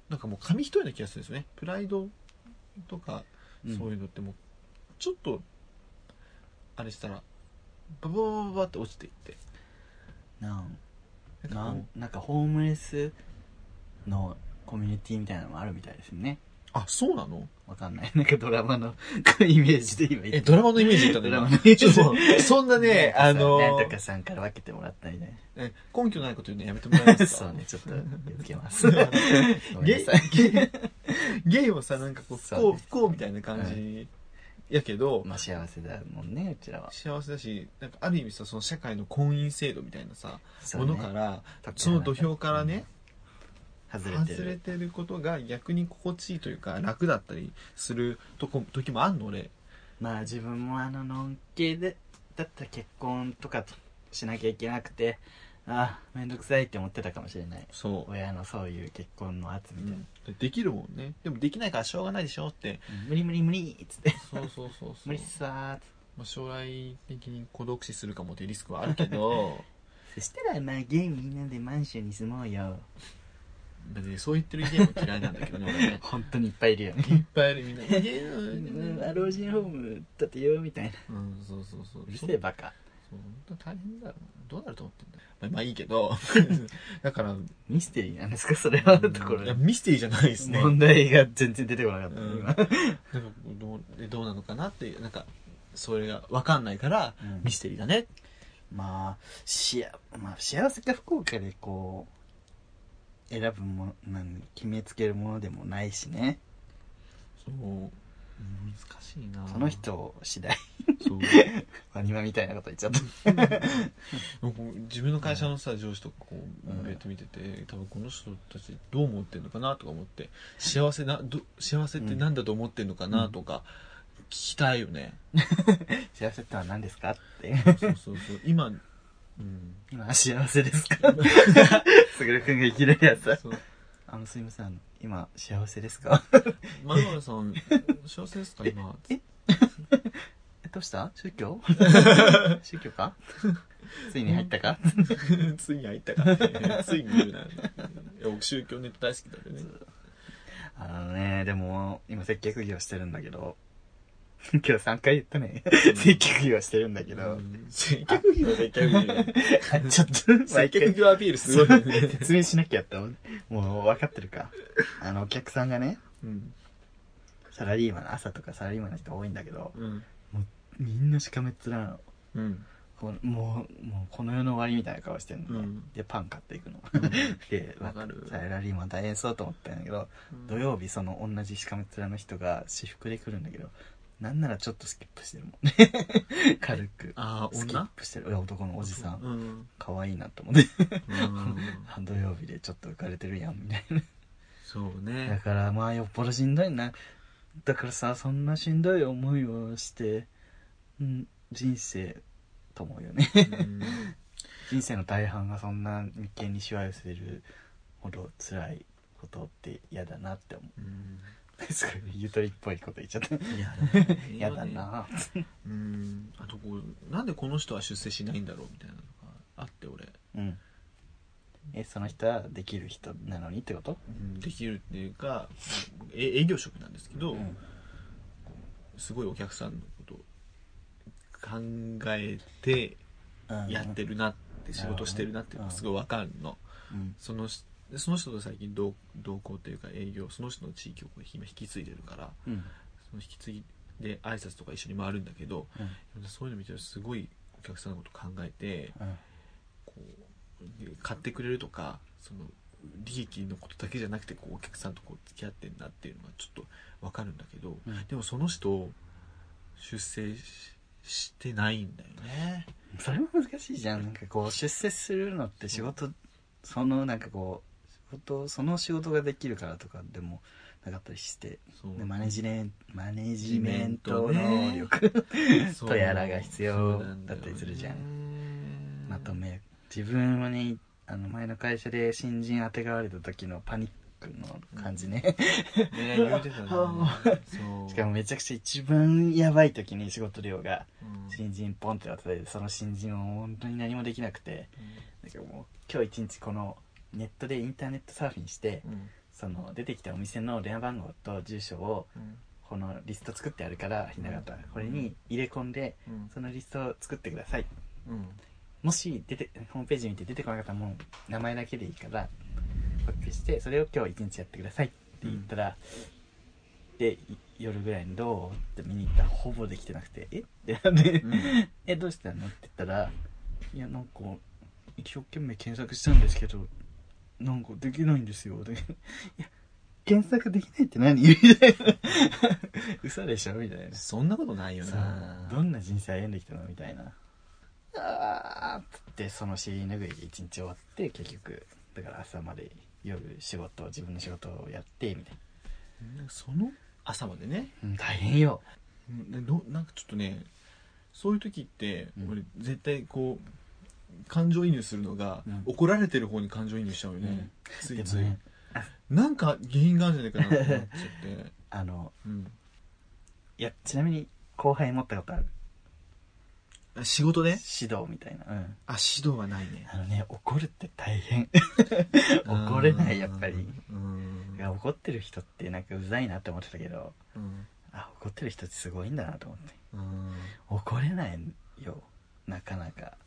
[SPEAKER 1] なんかもう紙一重な気がするんですよねプライドとか
[SPEAKER 2] うん
[SPEAKER 1] そういうのってもうちょっとあれしたらババババババって落ちていって
[SPEAKER 2] なん
[SPEAKER 1] なんか
[SPEAKER 2] な
[SPEAKER 1] こ
[SPEAKER 2] ん
[SPEAKER 1] う
[SPEAKER 2] なんかホームレスのコミュニティみたいなのもあるみたいですね
[SPEAKER 1] あそうなの
[SPEAKER 2] わかんない なんかドラマのイメージで今言
[SPEAKER 1] え
[SPEAKER 2] っ
[SPEAKER 1] ドラマのイメージだった
[SPEAKER 2] ドラマ
[SPEAKER 1] の
[SPEAKER 2] のイメー
[SPEAKER 1] ちょ
[SPEAKER 2] ジ
[SPEAKER 1] っとそんなねあの
[SPEAKER 2] なんとかさんから分けてもらったみたいな
[SPEAKER 1] え根拠のないこと言うのやめてもらえます
[SPEAKER 2] そ
[SPEAKER 1] か
[SPEAKER 2] うね、ちょっと気をつ けます。ごめん
[SPEAKER 1] ゲイ
[SPEAKER 2] なさい。
[SPEAKER 1] ゲイゲイもさなんかこう不
[SPEAKER 2] そ
[SPEAKER 1] 幸
[SPEAKER 2] うね
[SPEAKER 1] 不幸みたいな感じやけど、
[SPEAKER 2] まあ幸せだもんね、うちらは。
[SPEAKER 1] 幸せだしなんかある意味さその社会の婚姻制度みたいなさ、
[SPEAKER 2] そう
[SPEAKER 1] も
[SPEAKER 2] ね
[SPEAKER 1] のからその土俵からね、、
[SPEAKER 2] 外れて
[SPEAKER 1] 外れ
[SPEAKER 2] る。
[SPEAKER 1] てることが逆に心地いいというか楽だったりするとこ時もあんの俺
[SPEAKER 2] まあ自分もあの、のんけで、だったら結婚とかしなきゃいけなくて、ああ、めんどくさいって思ってたかもしれない。
[SPEAKER 1] そう、
[SPEAKER 2] 親のそういう結婚の圧みたいな。
[SPEAKER 1] できるもんねでもできないからしょうがないでしょって
[SPEAKER 2] 無理無理無理っつって。
[SPEAKER 1] そうそうそうそう
[SPEAKER 2] 無理っすわーっつって。
[SPEAKER 1] まあ、将来的に孤独死するかもっていうリス クはあるけど
[SPEAKER 2] そしたらまあゲイみんなでマンションに住もうよ。
[SPEAKER 1] 別にそう言ってるゲーム嫌いなんだけどね俺 ね
[SPEAKER 2] 本当にいっぱいいるよね
[SPEAKER 1] いっぱいいるみんなゲーム
[SPEAKER 2] あ老人ホームだってよみたいな
[SPEAKER 1] うんそうそうそう
[SPEAKER 2] うるせえバカ
[SPEAKER 1] そう本当大変だよどうなると思ってんだよまあまあいいけど だから
[SPEAKER 2] ミステリーなんですかそれはところ
[SPEAKER 1] いやミステリーじゃないですね
[SPEAKER 2] 問題が全然出てこなかった、
[SPEAKER 1] うん
[SPEAKER 2] 今
[SPEAKER 1] なんかどうでどうなのかなっていうなんかそれが分かんないから
[SPEAKER 2] うん
[SPEAKER 1] ミステリーだね
[SPEAKER 2] まあしあ、まあ、幸せか不幸かでこう選ぶものなん決めつけるものでもないしね
[SPEAKER 1] そう難しいな
[SPEAKER 2] その人次第
[SPEAKER 1] そう
[SPEAKER 2] ワニマみたいなこと言っちゃった
[SPEAKER 1] なんか自分の会社のさ上司とかこう
[SPEAKER 2] うん
[SPEAKER 1] やって見てて多分この人たちどう思ってんのかなとか思って幸せなど幸せってなんだと思ってんのかなとか聞きたいよね、
[SPEAKER 2] 幸せとは何です かって
[SPEAKER 1] そうそうそう今うん
[SPEAKER 2] 今幸せです かすぐるくんがいきなりやつ
[SPEAKER 1] そう
[SPEAKER 2] あのすいませんあの今幸せで すか
[SPEAKER 1] 丸原さん幸せですか今
[SPEAKER 2] ええどうした宗教宗教かついに入ったか
[SPEAKER 1] ついに入ったか ねついに言うな。いや僕宗教ネット大好きだけどね。
[SPEAKER 2] あのねでも今接客業してるんだけど 今日3回言ったね接客業してるんだけど、
[SPEAKER 1] うん接客業接客業。
[SPEAKER 2] あちょっと、
[SPEAKER 1] 接
[SPEAKER 2] 毎
[SPEAKER 1] 客
[SPEAKER 2] 回、
[SPEAKER 1] 業アピールすごいよね。
[SPEAKER 2] 説明しなきゃって思う。もう分かってるか。あの、お客さんがね、
[SPEAKER 1] うん。
[SPEAKER 2] サラリーマン、朝とかサラリーマンの人多いんだけど、
[SPEAKER 1] うん。
[SPEAKER 2] みんなしかめっ面なの。
[SPEAKER 1] うん。
[SPEAKER 2] こうもう、もうこの世の終わりみたいな顔してんのね。
[SPEAKER 1] うん
[SPEAKER 2] で、パン買っていくの。
[SPEAKER 1] う
[SPEAKER 2] で、まあ
[SPEAKER 1] わかる
[SPEAKER 2] サラリーマン大変そうと思ったんだけど、
[SPEAKER 1] ん
[SPEAKER 2] 土曜日その同じしかめっ面の人が私服で来るんだけど、なんならちょっとスキップしてるも んね。軽く。
[SPEAKER 1] ああ、
[SPEAKER 2] スキッ
[SPEAKER 1] 女
[SPEAKER 2] プしてる。いや男のおじさん。
[SPEAKER 1] うん。
[SPEAKER 2] 可愛いなと思って。
[SPEAKER 1] うん
[SPEAKER 2] あ土曜日でちょっと浮かれてるやん、みたいな。
[SPEAKER 1] そう
[SPEAKER 2] だ
[SPEAKER 1] ね。
[SPEAKER 2] からまあよっぽどしんどいなだからさそんなしんどい思いをして、うん、人生と思うよね
[SPEAKER 1] うん
[SPEAKER 2] 人生の大半がそんな眉間にしわ寄せるほど辛いことって嫌だなって思
[SPEAKER 1] うん
[SPEAKER 2] うすごいゆとりっぽいこと言っちゃった
[SPEAKER 1] いやだね
[SPEAKER 2] 嫌だ。な
[SPEAKER 1] うん。あとこう、なんでこの人は出世しないんだろうみたいなのがあって俺。
[SPEAKER 2] うんえその人はできる人なのにってこと
[SPEAKER 1] うんできるっていうか、え営業職なんですけど、
[SPEAKER 2] うん
[SPEAKER 1] すごいお客さんのことを考えて
[SPEAKER 2] うん
[SPEAKER 1] やってるなって仕事してるなっていうのがすごいわかるの
[SPEAKER 2] うん
[SPEAKER 1] そのしその人と最近同同行というか営業その人の地域を今引き継いでるから
[SPEAKER 2] うん
[SPEAKER 1] その引き継ぎで挨拶とか一緒に回るんだけど
[SPEAKER 2] うん
[SPEAKER 1] そういうの見てるとすごいお客さんのこと考えて
[SPEAKER 2] うん
[SPEAKER 1] こうで買ってくれるとかその利益のことだけじゃなくてこうお客さんとこう付き合ってんなっていうのがちょっとわかるんだけど、
[SPEAKER 2] うん
[SPEAKER 1] でもその人出世ししてないんだよね
[SPEAKER 2] それも難しいじゃんなんかこう出世するのって仕事そのなんかこう仕事その仕事ができるからとかでもなかったりして
[SPEAKER 1] そう
[SPEAKER 2] でマネジメンマネジメント能力、
[SPEAKER 1] そう
[SPEAKER 2] とやらが必要
[SPEAKER 1] そうなんよね
[SPEAKER 2] だったりするじゃんまとめ自分はねあの前の会社で新人あてがわれた時のパニックの感じ
[SPEAKER 1] ね
[SPEAKER 2] ね、
[SPEAKER 1] 言うてたね
[SPEAKER 2] あ
[SPEAKER 1] そう
[SPEAKER 2] しかもめちゃくちゃ一番やばい時に仕事量が
[SPEAKER 1] うん
[SPEAKER 2] 新人ポンって渡されてその新人は本当に何もできなくてなんかもう今日一日このネットでインターネットサーフィンして
[SPEAKER 1] うん
[SPEAKER 2] その出てきたお店の電話番号と住所を
[SPEAKER 1] うん
[SPEAKER 2] このリスト作ってあるからひな形これに入れ込んで
[SPEAKER 1] うん
[SPEAKER 2] そのリストを作ってください
[SPEAKER 1] うん
[SPEAKER 2] もし出てホームページ見て出てこなかったらもう名前だけでいいからコピーしてそれを今日一日やってくださいって言ったら、でい夜ぐらいにどうって見に行ったらほぼできてなくて「えっ?」てなって
[SPEAKER 1] うん
[SPEAKER 2] えどうしたの?」って言ったら「いやなんか一生懸命検索したんですけどなんかできないんですよ」で「い や検索できないって何?」み たいな「嘘でしょ?」みたいな
[SPEAKER 1] そんなことないよな
[SPEAKER 2] そうどんな人生歩んできたのみたいなあーっつってその尻拭いで一日終わって結局だから朝まで夜仕事自分の仕事をやってみたい
[SPEAKER 1] なんかその朝までね
[SPEAKER 2] な、うん、大変よ
[SPEAKER 1] うんでどなんかちょっとねそういう時って、
[SPEAKER 2] うん
[SPEAKER 1] 俺絶対こう感情移入するのが、
[SPEAKER 2] うん
[SPEAKER 1] 怒られてる方に感情移入しちゃうよね、
[SPEAKER 2] うん
[SPEAKER 1] つ
[SPEAKER 2] で
[SPEAKER 1] い
[SPEAKER 2] も
[SPEAKER 1] つい、
[SPEAKER 2] ね
[SPEAKER 1] なんか原因があるんじゃないかなって思っちゃっ て、
[SPEAKER 2] あの
[SPEAKER 1] うん、
[SPEAKER 2] いやちなみに後輩持ったことある
[SPEAKER 1] 仕事で
[SPEAKER 2] 指導みたいな、うん、
[SPEAKER 1] あ指導はないね
[SPEAKER 2] あのね怒るって大 変怒れないやっぱり
[SPEAKER 1] うん
[SPEAKER 2] いや怒ってる人ってなんかうざいなって思ってたけど
[SPEAKER 1] うん
[SPEAKER 2] あ怒ってる人ってすごいんだなと思って
[SPEAKER 1] うん
[SPEAKER 2] 怒れないよなかなか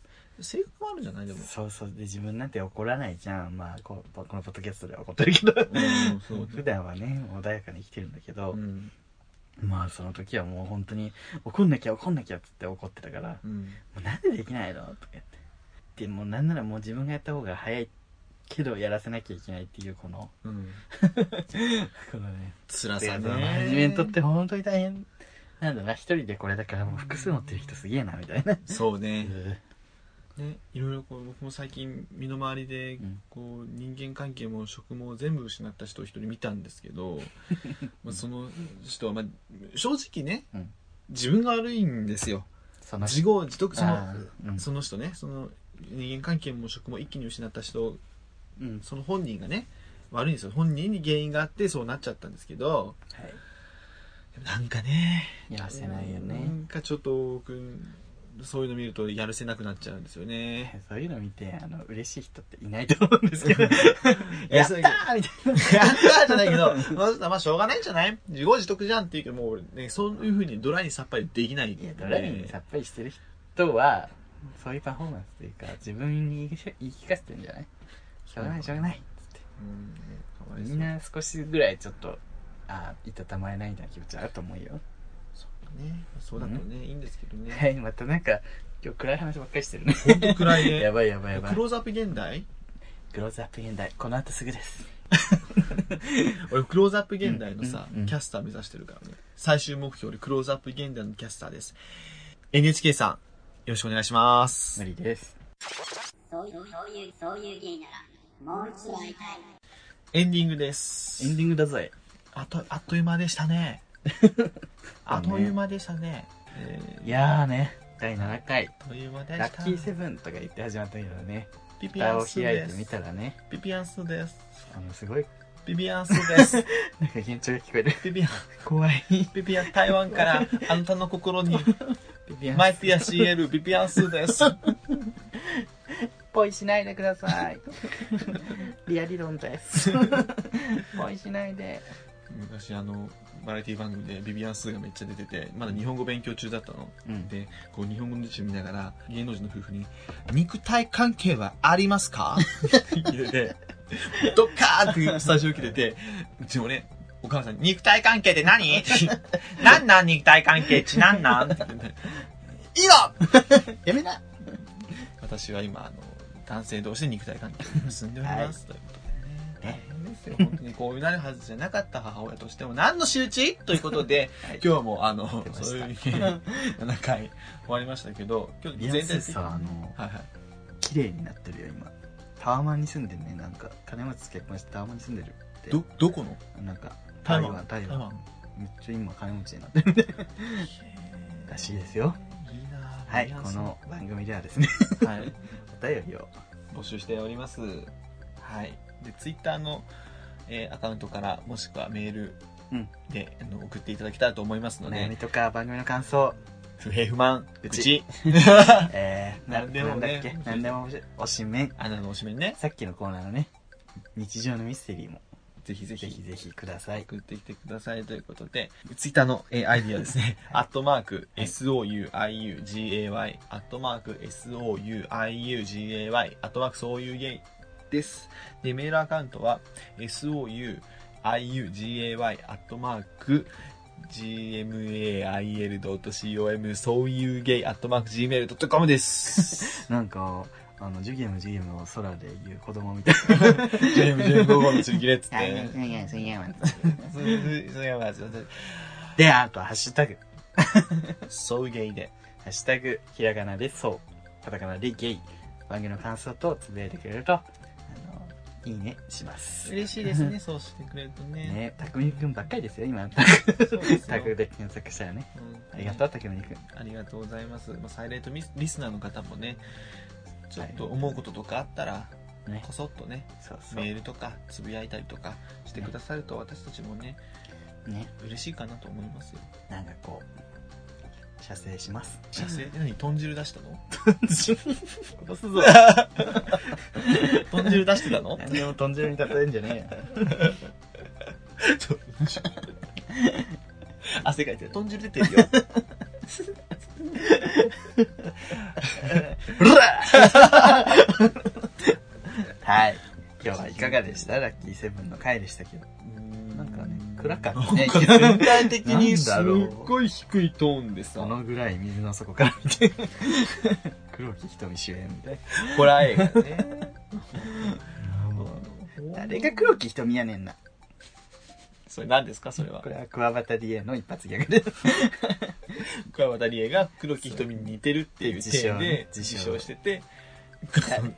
[SPEAKER 1] 性格もあるんじゃないでも
[SPEAKER 2] そうそうで自分なんて怒らないじゃんまあこうこのポッドキャストでは怒ってるけど
[SPEAKER 1] うんそうね
[SPEAKER 2] 普段はね穏やかに生きてるんだけど、
[SPEAKER 1] うん
[SPEAKER 2] まあその時はもう本当に怒んなきゃ怒んなきゃっつって怒ってたから「も
[SPEAKER 1] うん
[SPEAKER 2] うなんでできないの?」とか言ってでもうなんならもう自分がやった方が早いけどやらせなきゃいけないっていうこの
[SPEAKER 1] うん
[SPEAKER 2] このね
[SPEAKER 1] 辛
[SPEAKER 2] で
[SPEAKER 1] さ
[SPEAKER 2] あ
[SPEAKER 1] ね
[SPEAKER 2] とマネジメントって本当に大変なんだな一人でこれだからもう複数持ってる人すげえなみたいな
[SPEAKER 1] そう
[SPEAKER 2] う
[SPEAKER 1] ね
[SPEAKER 2] ん
[SPEAKER 1] ねいろいろこう僕も最近身の回りで
[SPEAKER 2] うん
[SPEAKER 1] こう人間関係も職も全部失った人を一人見たんですけ どまあその人は、まあ、正直ね、
[SPEAKER 2] うん
[SPEAKER 1] 自分が悪いんですよ
[SPEAKER 2] その
[SPEAKER 1] 自業自得その
[SPEAKER 2] あーうん
[SPEAKER 1] その人ねその人間関係も職も一気に失った人
[SPEAKER 2] うん
[SPEAKER 1] その本人がね悪いんですよ本人に原因があってそうなっちゃったんですけど
[SPEAKER 2] は
[SPEAKER 1] なんかね
[SPEAKER 2] いやらせないよ
[SPEAKER 1] な
[SPEAKER 2] ね
[SPEAKER 1] んかちょっと僕そういうの見るとやるせなくなっちゃうんですよね
[SPEAKER 2] そういうの見てあの嬉しい人ってい ないと思うんですけどやった
[SPEAKER 1] や
[SPEAKER 2] ーみたいな
[SPEAKER 1] やったーじゃないけど、まあ、まあしょうがないんじゃない自業自得じゃんっていうけど、もう俺ね、そういうふうにドライにさっぱりできない。
[SPEAKER 2] いやドライにさっぱりしてる人はそういうパフォーマンスというか自分に言い聞かせてるんじゃないしょうがないしょうがないっつって
[SPEAKER 1] うんかわいそう
[SPEAKER 2] みんな少しぐらいちょっとああいたたまれないみたいな気持ちあると思うよ
[SPEAKER 1] そうね。そうだとね、いいんですけど
[SPEAKER 2] は
[SPEAKER 1] ね。
[SPEAKER 2] いまたなんか今日暗い話ばっかりしてるね
[SPEAKER 1] 本当暗いね
[SPEAKER 2] やばいやばいやばい
[SPEAKER 1] クローズアップ現代
[SPEAKER 2] クローズアップ現代この後すぐです
[SPEAKER 1] 俺、クローズアップ現代のさ、
[SPEAKER 2] うんうんうん
[SPEAKER 1] キャスター目指してるからね。最終目標でクローズアップ現代のキャスターです。NHK さん、よろしくお願いします
[SPEAKER 2] 無。理です
[SPEAKER 3] そういう、そういう、そういう芸なら、もう一度会いたい。
[SPEAKER 1] エンディングです。
[SPEAKER 2] エンディングだぜ
[SPEAKER 1] あと、あっという間でした ね。あっという間でしたね。え
[SPEAKER 2] いやーね第7回
[SPEAKER 1] ー、あっという間でした。
[SPEAKER 2] ラッキーセブンとか言って始まったけどね
[SPEAKER 1] ピピア
[SPEAKER 2] 蓋を
[SPEAKER 1] ンス
[SPEAKER 2] 開い
[SPEAKER 1] で
[SPEAKER 2] て
[SPEAKER 1] す。
[SPEAKER 2] みたらね
[SPEAKER 1] ピピアンスです。
[SPEAKER 2] あのすごい
[SPEAKER 1] ピピアンスです。
[SPEAKER 2] なんか緊張が聞こえる
[SPEAKER 1] ピピアン、
[SPEAKER 2] 怖い
[SPEAKER 1] ピピアン、台湾からあなたの心に、
[SPEAKER 2] ビビアン
[SPEAKER 1] マイピア CL、ピピアンスです。
[SPEAKER 2] ポイしないでください。リア理論 です。ポイしないで。
[SPEAKER 1] 昔あの、バラエティ番組でビビアンスがめっちゃ出てて、まだ日本語勉強中だったの。
[SPEAKER 2] うん。
[SPEAKER 1] で、こう日本語の辞書見ながら、芸能人の夫婦に、肉体関係はありますか って聞いてて、ドッカーンってスタジオ来てて、うちもね、お母さんに、肉体関係って何なんなん肉体関係ちなんなんって言ってて、いいの
[SPEAKER 2] やめな
[SPEAKER 1] 私は今、あの、男性同士で肉体関係を結んでおります。ということでね
[SPEAKER 2] ね。
[SPEAKER 1] 大変ですよ本当にこうなるはずじゃなかった母親としても何の仕打ちということ で
[SPEAKER 2] はい
[SPEAKER 1] 今日もあの
[SPEAKER 2] 出ました
[SPEAKER 1] そういう7回終わりましたけど今日
[SPEAKER 2] ビ
[SPEAKER 1] 全
[SPEAKER 2] アン
[SPEAKER 1] 体
[SPEAKER 2] ス
[SPEAKER 1] 的に
[SPEAKER 2] さ、あの、
[SPEAKER 1] はいはい
[SPEAKER 2] 綺麗になってるよ、今。タワマンに住んでるね、なんか。金持ちと結婚してタワマンに住んでるって。
[SPEAKER 1] どどこの
[SPEAKER 2] なんか、
[SPEAKER 1] 台
[SPEAKER 2] 台
[SPEAKER 1] 湾
[SPEAKER 2] 湾、台
[SPEAKER 1] 台
[SPEAKER 2] 湾
[SPEAKER 1] 湾。
[SPEAKER 2] めっちゃ今金持ちになってる。らしいですよ
[SPEAKER 1] いいなぁ
[SPEAKER 2] はい、
[SPEAKER 1] 皆
[SPEAKER 2] こ
[SPEAKER 1] さん
[SPEAKER 2] の番組ではですね、
[SPEAKER 1] はい、
[SPEAKER 2] お便りを。
[SPEAKER 1] 募集しておりますはいでツイッターの、えーアカウントからもしくはメール
[SPEAKER 2] うん
[SPEAKER 1] で、あの送っていただけたらと思いますの
[SPEAKER 2] お悩み
[SPEAKER 1] で
[SPEAKER 2] とか番組の感想、
[SPEAKER 1] 不平不満
[SPEAKER 2] う
[SPEAKER 1] う
[SPEAKER 2] ち
[SPEAKER 1] ち
[SPEAKER 2] えー、
[SPEAKER 1] なんでもね
[SPEAKER 2] なんだっけなんでもおしめん。
[SPEAKER 1] あなたのおしめんね
[SPEAKER 2] さっきのコーナーのね、日常のミステリーも、
[SPEAKER 1] ぜひぜ
[SPEAKER 2] ぜ
[SPEAKER 1] ひ
[SPEAKER 2] ひぜひください。
[SPEAKER 1] 送ってきてくださいということで、ツイッターの、えー、アイディアです ね、アットマーク、
[SPEAKER 2] はい
[SPEAKER 1] souiugay、アットマーク、souiugay、アットマーク、そういうゲイです。で、メールアカウントは、souiugay、アットマーク、gmail.com、そういうゲイ、アットマーク、gmail.com です。
[SPEAKER 2] なんか、あの、ジュギアムジュギアムを空で言う子供みたい
[SPEAKER 1] ジェームジェーム55の釣り切れっつっ
[SPEAKER 2] な。
[SPEAKER 1] て。 それはまず
[SPEAKER 2] で、あと、ハッシュタグ。
[SPEAKER 1] そういうゲイで。
[SPEAKER 2] ハッシュタグ、ひらがなでそう。カタカナでゲイ。番組の感想とつぶやいてくれると、あの、いいね、します。
[SPEAKER 1] 嬉しいですね、そうしてくれるとね。
[SPEAKER 2] ね、たくみくんばっかりですよ、今。
[SPEAKER 1] そうですよ
[SPEAKER 2] タグで検索したらね。ありがとう、たくみくん。
[SPEAKER 1] ありがとうございます、まあ、サイレントミスリスナーの方もねちょっと思うこととかあったら
[SPEAKER 2] ね
[SPEAKER 1] こ、そっとね
[SPEAKER 2] そうそ
[SPEAKER 1] メ
[SPEAKER 2] う。
[SPEAKER 1] ールとかつぶやいたりとかしてくださると私たちもね
[SPEAKER 2] ね、
[SPEAKER 1] 嬉しいかなと思いますよ
[SPEAKER 2] なんかこう、射精 します。
[SPEAKER 1] 射精って何豚汁出したの
[SPEAKER 2] 殺すぞ。
[SPEAKER 1] 豚汁出してた の
[SPEAKER 2] 何でも豚汁に例えんじゃねえよ。
[SPEAKER 1] 汗かいてる豚汁出てるよ
[SPEAKER 2] はい。今日はいかがでしたラッキーセブンの回でしたけど。なんかね、暗かったね。全体的に
[SPEAKER 1] すっ
[SPEAKER 2] う。
[SPEAKER 1] ごい低いトーンでさ
[SPEAKER 2] そのぐらい水の底から見 て黒木瞳主演みたい
[SPEAKER 1] ホラー映画 ね
[SPEAKER 2] な誰が黒木瞳やねんな
[SPEAKER 1] それ何ですかそれは
[SPEAKER 2] これはクワバタリエの一発ギャグです
[SPEAKER 1] 桑畑理恵が黒木瞳に似てるっていう
[SPEAKER 2] 自
[SPEAKER 1] 体で
[SPEAKER 2] 称ね
[SPEAKER 1] 自
[SPEAKER 2] 自称
[SPEAKER 1] 称してて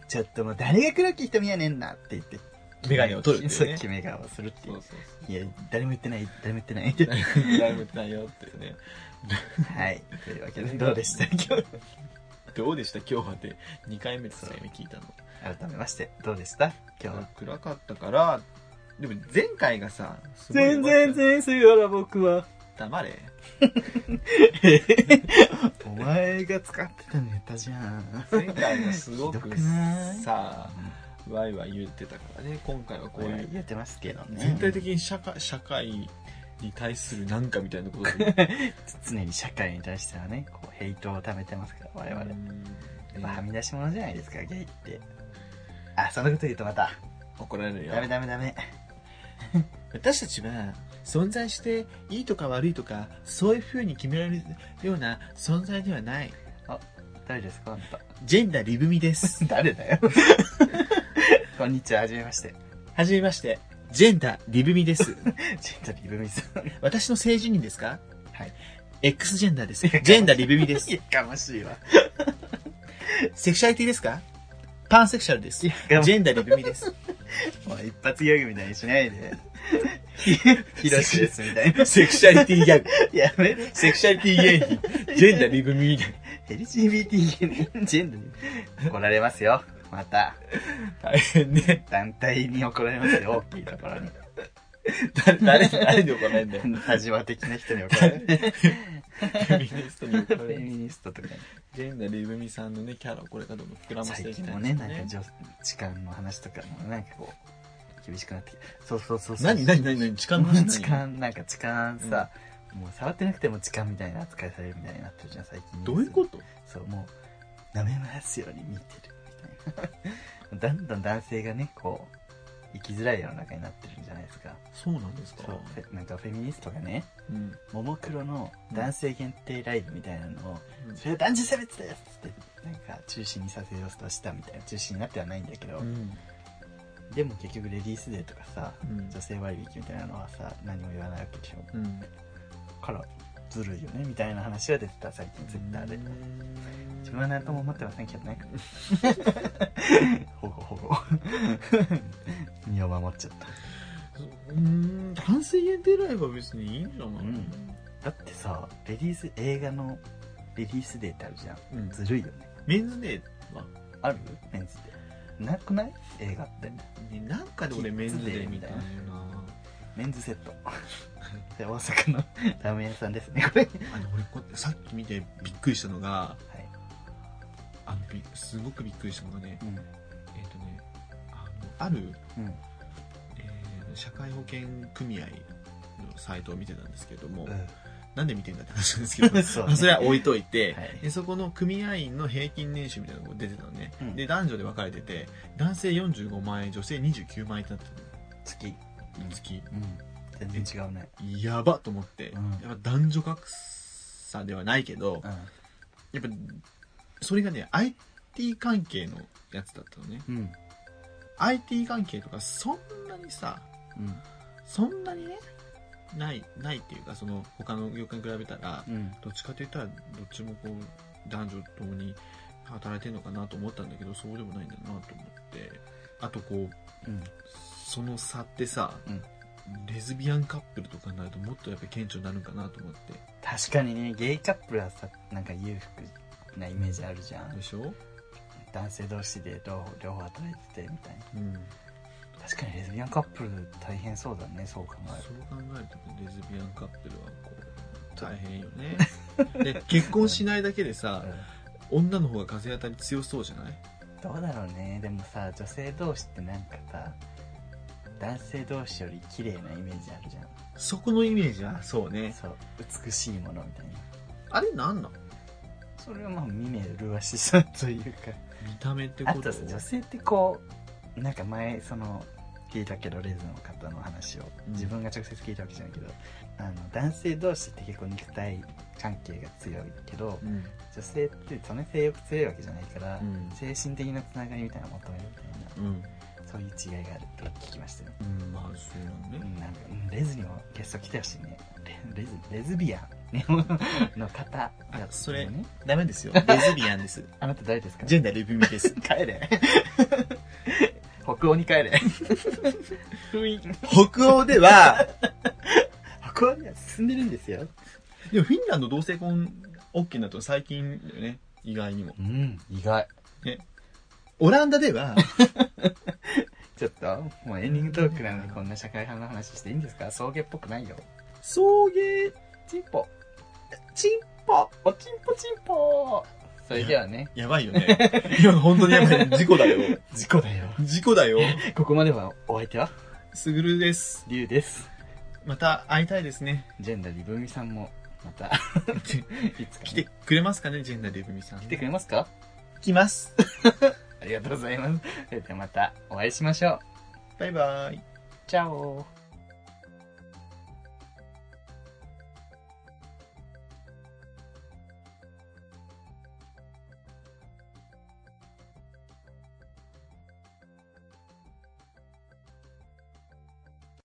[SPEAKER 2] ちょっともう誰が黒木瞳やねんなって言って
[SPEAKER 1] 眼鏡を取るってい
[SPEAKER 2] そうう
[SPEAKER 1] ね
[SPEAKER 2] 決め顔をするってい
[SPEAKER 1] そううそうそう
[SPEAKER 2] いや誰も言ってない誰も言ってない
[SPEAKER 1] ライブだよっていうね
[SPEAKER 2] はいというわけでどうでした今日
[SPEAKER 1] どうでした今日はって2回目ですね聞いたの
[SPEAKER 2] 改めましてどうでした今日は
[SPEAKER 1] 暗かったからでも前回がさすごい
[SPEAKER 2] 全然全然やら僕は
[SPEAKER 1] 黙れ
[SPEAKER 2] お前が使ってたネタじゃん
[SPEAKER 1] 前回がすご
[SPEAKER 2] ひど
[SPEAKER 1] く
[SPEAKER 2] くない
[SPEAKER 1] さワイワイ言ってたからね今回はこういう
[SPEAKER 2] 言ってますけどね
[SPEAKER 1] 全体的に社会社会に対するなんかみたいなことで
[SPEAKER 2] 常に社会に対してはねこうヘイトを貯めてますから 我々、
[SPEAKER 1] う
[SPEAKER 2] や
[SPEAKER 1] ん
[SPEAKER 2] っぱはみ出し者じゃないですかゲイってあそんなこと言うとまた
[SPEAKER 1] 怒られるよ
[SPEAKER 2] ダメダメダメ
[SPEAKER 1] 私たちは存在していいとか悪いとかそういうふうに決められるような存在ではない
[SPEAKER 2] 誰ですかあんた
[SPEAKER 1] ジェンダーリブミです
[SPEAKER 2] 誰だよ こんにちははじめまして
[SPEAKER 1] はじめましてジェンダーリブミです
[SPEAKER 2] ジェンダーリブミさん
[SPEAKER 1] 私の性自認ですか
[SPEAKER 2] はい
[SPEAKER 1] X ジェンダーですジェンダーリブミです
[SPEAKER 2] やかましいわ
[SPEAKER 1] セクシャリティですかパンセクシャルです
[SPEAKER 2] い
[SPEAKER 1] ジ
[SPEAKER 2] や頑張
[SPEAKER 1] ェンダーリブミです
[SPEAKER 2] もう一発ギャグみたいにしない でひろしですみたいな
[SPEAKER 1] セクシャリティギャグ
[SPEAKER 2] やめて
[SPEAKER 1] セクシャリティゲイジェンダーリブミ
[SPEAKER 2] LGBT ジェンダーに怒られますよまた
[SPEAKER 1] 大変ね
[SPEAKER 2] 団体に怒られますよ大きいところに
[SPEAKER 1] 誰誰誰に怒られんだよ
[SPEAKER 2] 田島的な人に怒られる
[SPEAKER 1] フェミニストに
[SPEAKER 2] フ
[SPEAKER 1] 怒られ
[SPEAKER 2] ェ
[SPEAKER 1] る
[SPEAKER 2] ミニストとかに
[SPEAKER 1] ジェンダーリブミさんのねキャラをこれからどんどん膨らませて
[SPEAKER 2] 最
[SPEAKER 1] いき
[SPEAKER 2] 近
[SPEAKER 1] たい
[SPEAKER 2] もねなんか女痴漢の話とかもなんかこう厳しくなってきてそうそうそうそう
[SPEAKER 1] 何何何何痴漢の
[SPEAKER 2] もう
[SPEAKER 1] 話
[SPEAKER 2] 痴漢なんか痴漢さ、もう触ってなくても痴漢みたいな扱いされるみたいになってるじゃん最近
[SPEAKER 1] どういうこと
[SPEAKER 2] そうもう舐め回すように見てるみたいな だんだん男性がねこう生きづらい世の中になってるんじゃないですか
[SPEAKER 1] そうなんですか
[SPEAKER 2] そうフェなんかフェミニストがね
[SPEAKER 1] うん
[SPEAKER 2] ももクロの男性限定ライブみたいなのを、
[SPEAKER 1] うん
[SPEAKER 2] それは男女差別ですってなんか中止にさせようとしたみたいな中止になってはないんだけど、
[SPEAKER 1] うん
[SPEAKER 2] でも結局レディースデーとかさ
[SPEAKER 1] うん
[SPEAKER 2] 女性割引みたいなのはさ何も言わないわけでしょ
[SPEAKER 1] うん
[SPEAKER 2] からずるいよねみたいな話は出てた最近ツイッターで自分は何とも思ってませんけどね保護 保護 身を守っちゃった
[SPEAKER 1] うーん男性限定ライブは別にいいんじゃない
[SPEAKER 2] うんだってさレディース映画のレディースデーってあるじゃん
[SPEAKER 1] うん
[SPEAKER 2] ずるいよね
[SPEAKER 1] メンズデーは
[SPEAKER 2] あるメンズデーなくない映画って
[SPEAKER 1] ねなんかで俺メンズデーみたいな
[SPEAKER 2] メンズセット で大阪のラーメン屋さんですねこれ
[SPEAKER 1] あの俺こさっき見てびっくりしたのが
[SPEAKER 2] はい、
[SPEAKER 1] あのびすごくびっくりしたのがね
[SPEAKER 2] うん
[SPEAKER 1] えっ、とねあのある
[SPEAKER 2] うん
[SPEAKER 1] えー社会保険組合のサイトを見てたんですけれども、なんで見てんだって話なんですけど
[SPEAKER 2] そう
[SPEAKER 1] まあそれは置いといて、
[SPEAKER 2] はい
[SPEAKER 1] でそこの組合員の平均年収みたいなのが出てたのね、
[SPEAKER 2] うん
[SPEAKER 1] で男女で分かれてて男性45万円女性29万円ってなって
[SPEAKER 2] 月
[SPEAKER 1] たの月
[SPEAKER 2] うん全然違うね
[SPEAKER 1] やばと思って、
[SPEAKER 2] うん
[SPEAKER 1] やっぱ男女格差ではないけどやっぱそれがね IT 関係のやつだったのね
[SPEAKER 2] うん
[SPEAKER 1] IT 関係とかそんなにさ
[SPEAKER 2] うん
[SPEAKER 1] そんなにねないないっていうかその他の業界に比べたら
[SPEAKER 2] うん
[SPEAKER 1] どっちかといったらどっちもこう男女ともに働いてるのかなと思ったんだけどそうでもないんだなと思ってあとこう
[SPEAKER 2] うん
[SPEAKER 1] その差ってさ、
[SPEAKER 2] うん
[SPEAKER 1] レズビアンカップルとかになるともっとやっぱ顕著になるんかなと思って
[SPEAKER 2] 確かにねゲイカップルはさなんか裕福なイメージあるじゃん
[SPEAKER 1] でしょ、
[SPEAKER 2] 男性同士で両方両方働いててみたいな
[SPEAKER 1] うん、
[SPEAKER 2] 確かにレズビアンカップル大変そうだねそう考
[SPEAKER 1] そう考えるとねレズビアンカップルはこ大変よ ねで結婚しないだけでさ女の方が風当たり強そうじゃない
[SPEAKER 2] どうだろうねでもさ女性同士ってなんかさ男性同士より綺麗なイメージあるじゃん
[SPEAKER 1] そこのイメージはそうね
[SPEAKER 2] そう美しいものみたいな
[SPEAKER 1] あれなんなの
[SPEAKER 2] それはまあ見目麗しさというか
[SPEAKER 1] 見た目ってこ
[SPEAKER 2] あ
[SPEAKER 1] と
[SPEAKER 2] とさ女性ってこうなんか前その聞いたけどレズの方の話を
[SPEAKER 1] うん
[SPEAKER 2] 自分が直接聞いたわけじゃないけど、あの男性同士って結構肉体関係が強いけど
[SPEAKER 1] うん
[SPEAKER 2] 女性ってその性欲強いわけじゃないから、
[SPEAKER 1] うん
[SPEAKER 2] 精神的なつながりみたいなのを求めるみたいな
[SPEAKER 1] うん、
[SPEAKER 2] そういう違いがあるって聞きましたよ、
[SPEAKER 1] うん、まあそう
[SPEAKER 2] う
[SPEAKER 1] なんね
[SPEAKER 2] ん、なんかうんレズにもゲスト来てほしいねレレズレズビアンね の方だったのね
[SPEAKER 1] あそれダメ ですよレズビアンです
[SPEAKER 2] あなた誰ですか
[SPEAKER 1] ェンダーレビューです
[SPEAKER 2] 帰れ 北欧に帰れ 雰囲気
[SPEAKER 1] 北欧では
[SPEAKER 2] 北欧には進んでるんですよ
[SPEAKER 1] でもフィンランド同性婚 OK になったの最近だよね意外にも
[SPEAKER 2] うん意外
[SPEAKER 1] オランダでは
[SPEAKER 2] ちょっともうエンディングトークなのにこんな社会派の話していいんですか送迎っぽくないよ
[SPEAKER 1] 送迎
[SPEAKER 2] チンポ
[SPEAKER 1] チンポ
[SPEAKER 2] おチンポチンポそれではね
[SPEAKER 1] や ばいよね今の本当にやばい事故だよ
[SPEAKER 2] 事故だよ
[SPEAKER 1] 事故だよ
[SPEAKER 2] ここまではお相手は
[SPEAKER 1] すぐるです
[SPEAKER 2] リュウです
[SPEAKER 1] また会いたいですね
[SPEAKER 2] ジェンダーリブミさんもま たいつかね、
[SPEAKER 1] 来てくれますかねジェンダーレビューさん
[SPEAKER 2] 来てくれますか
[SPEAKER 1] 来ます
[SPEAKER 2] ありがとうございますそれではまたお会いしましょう
[SPEAKER 1] バイバイ
[SPEAKER 2] チャオ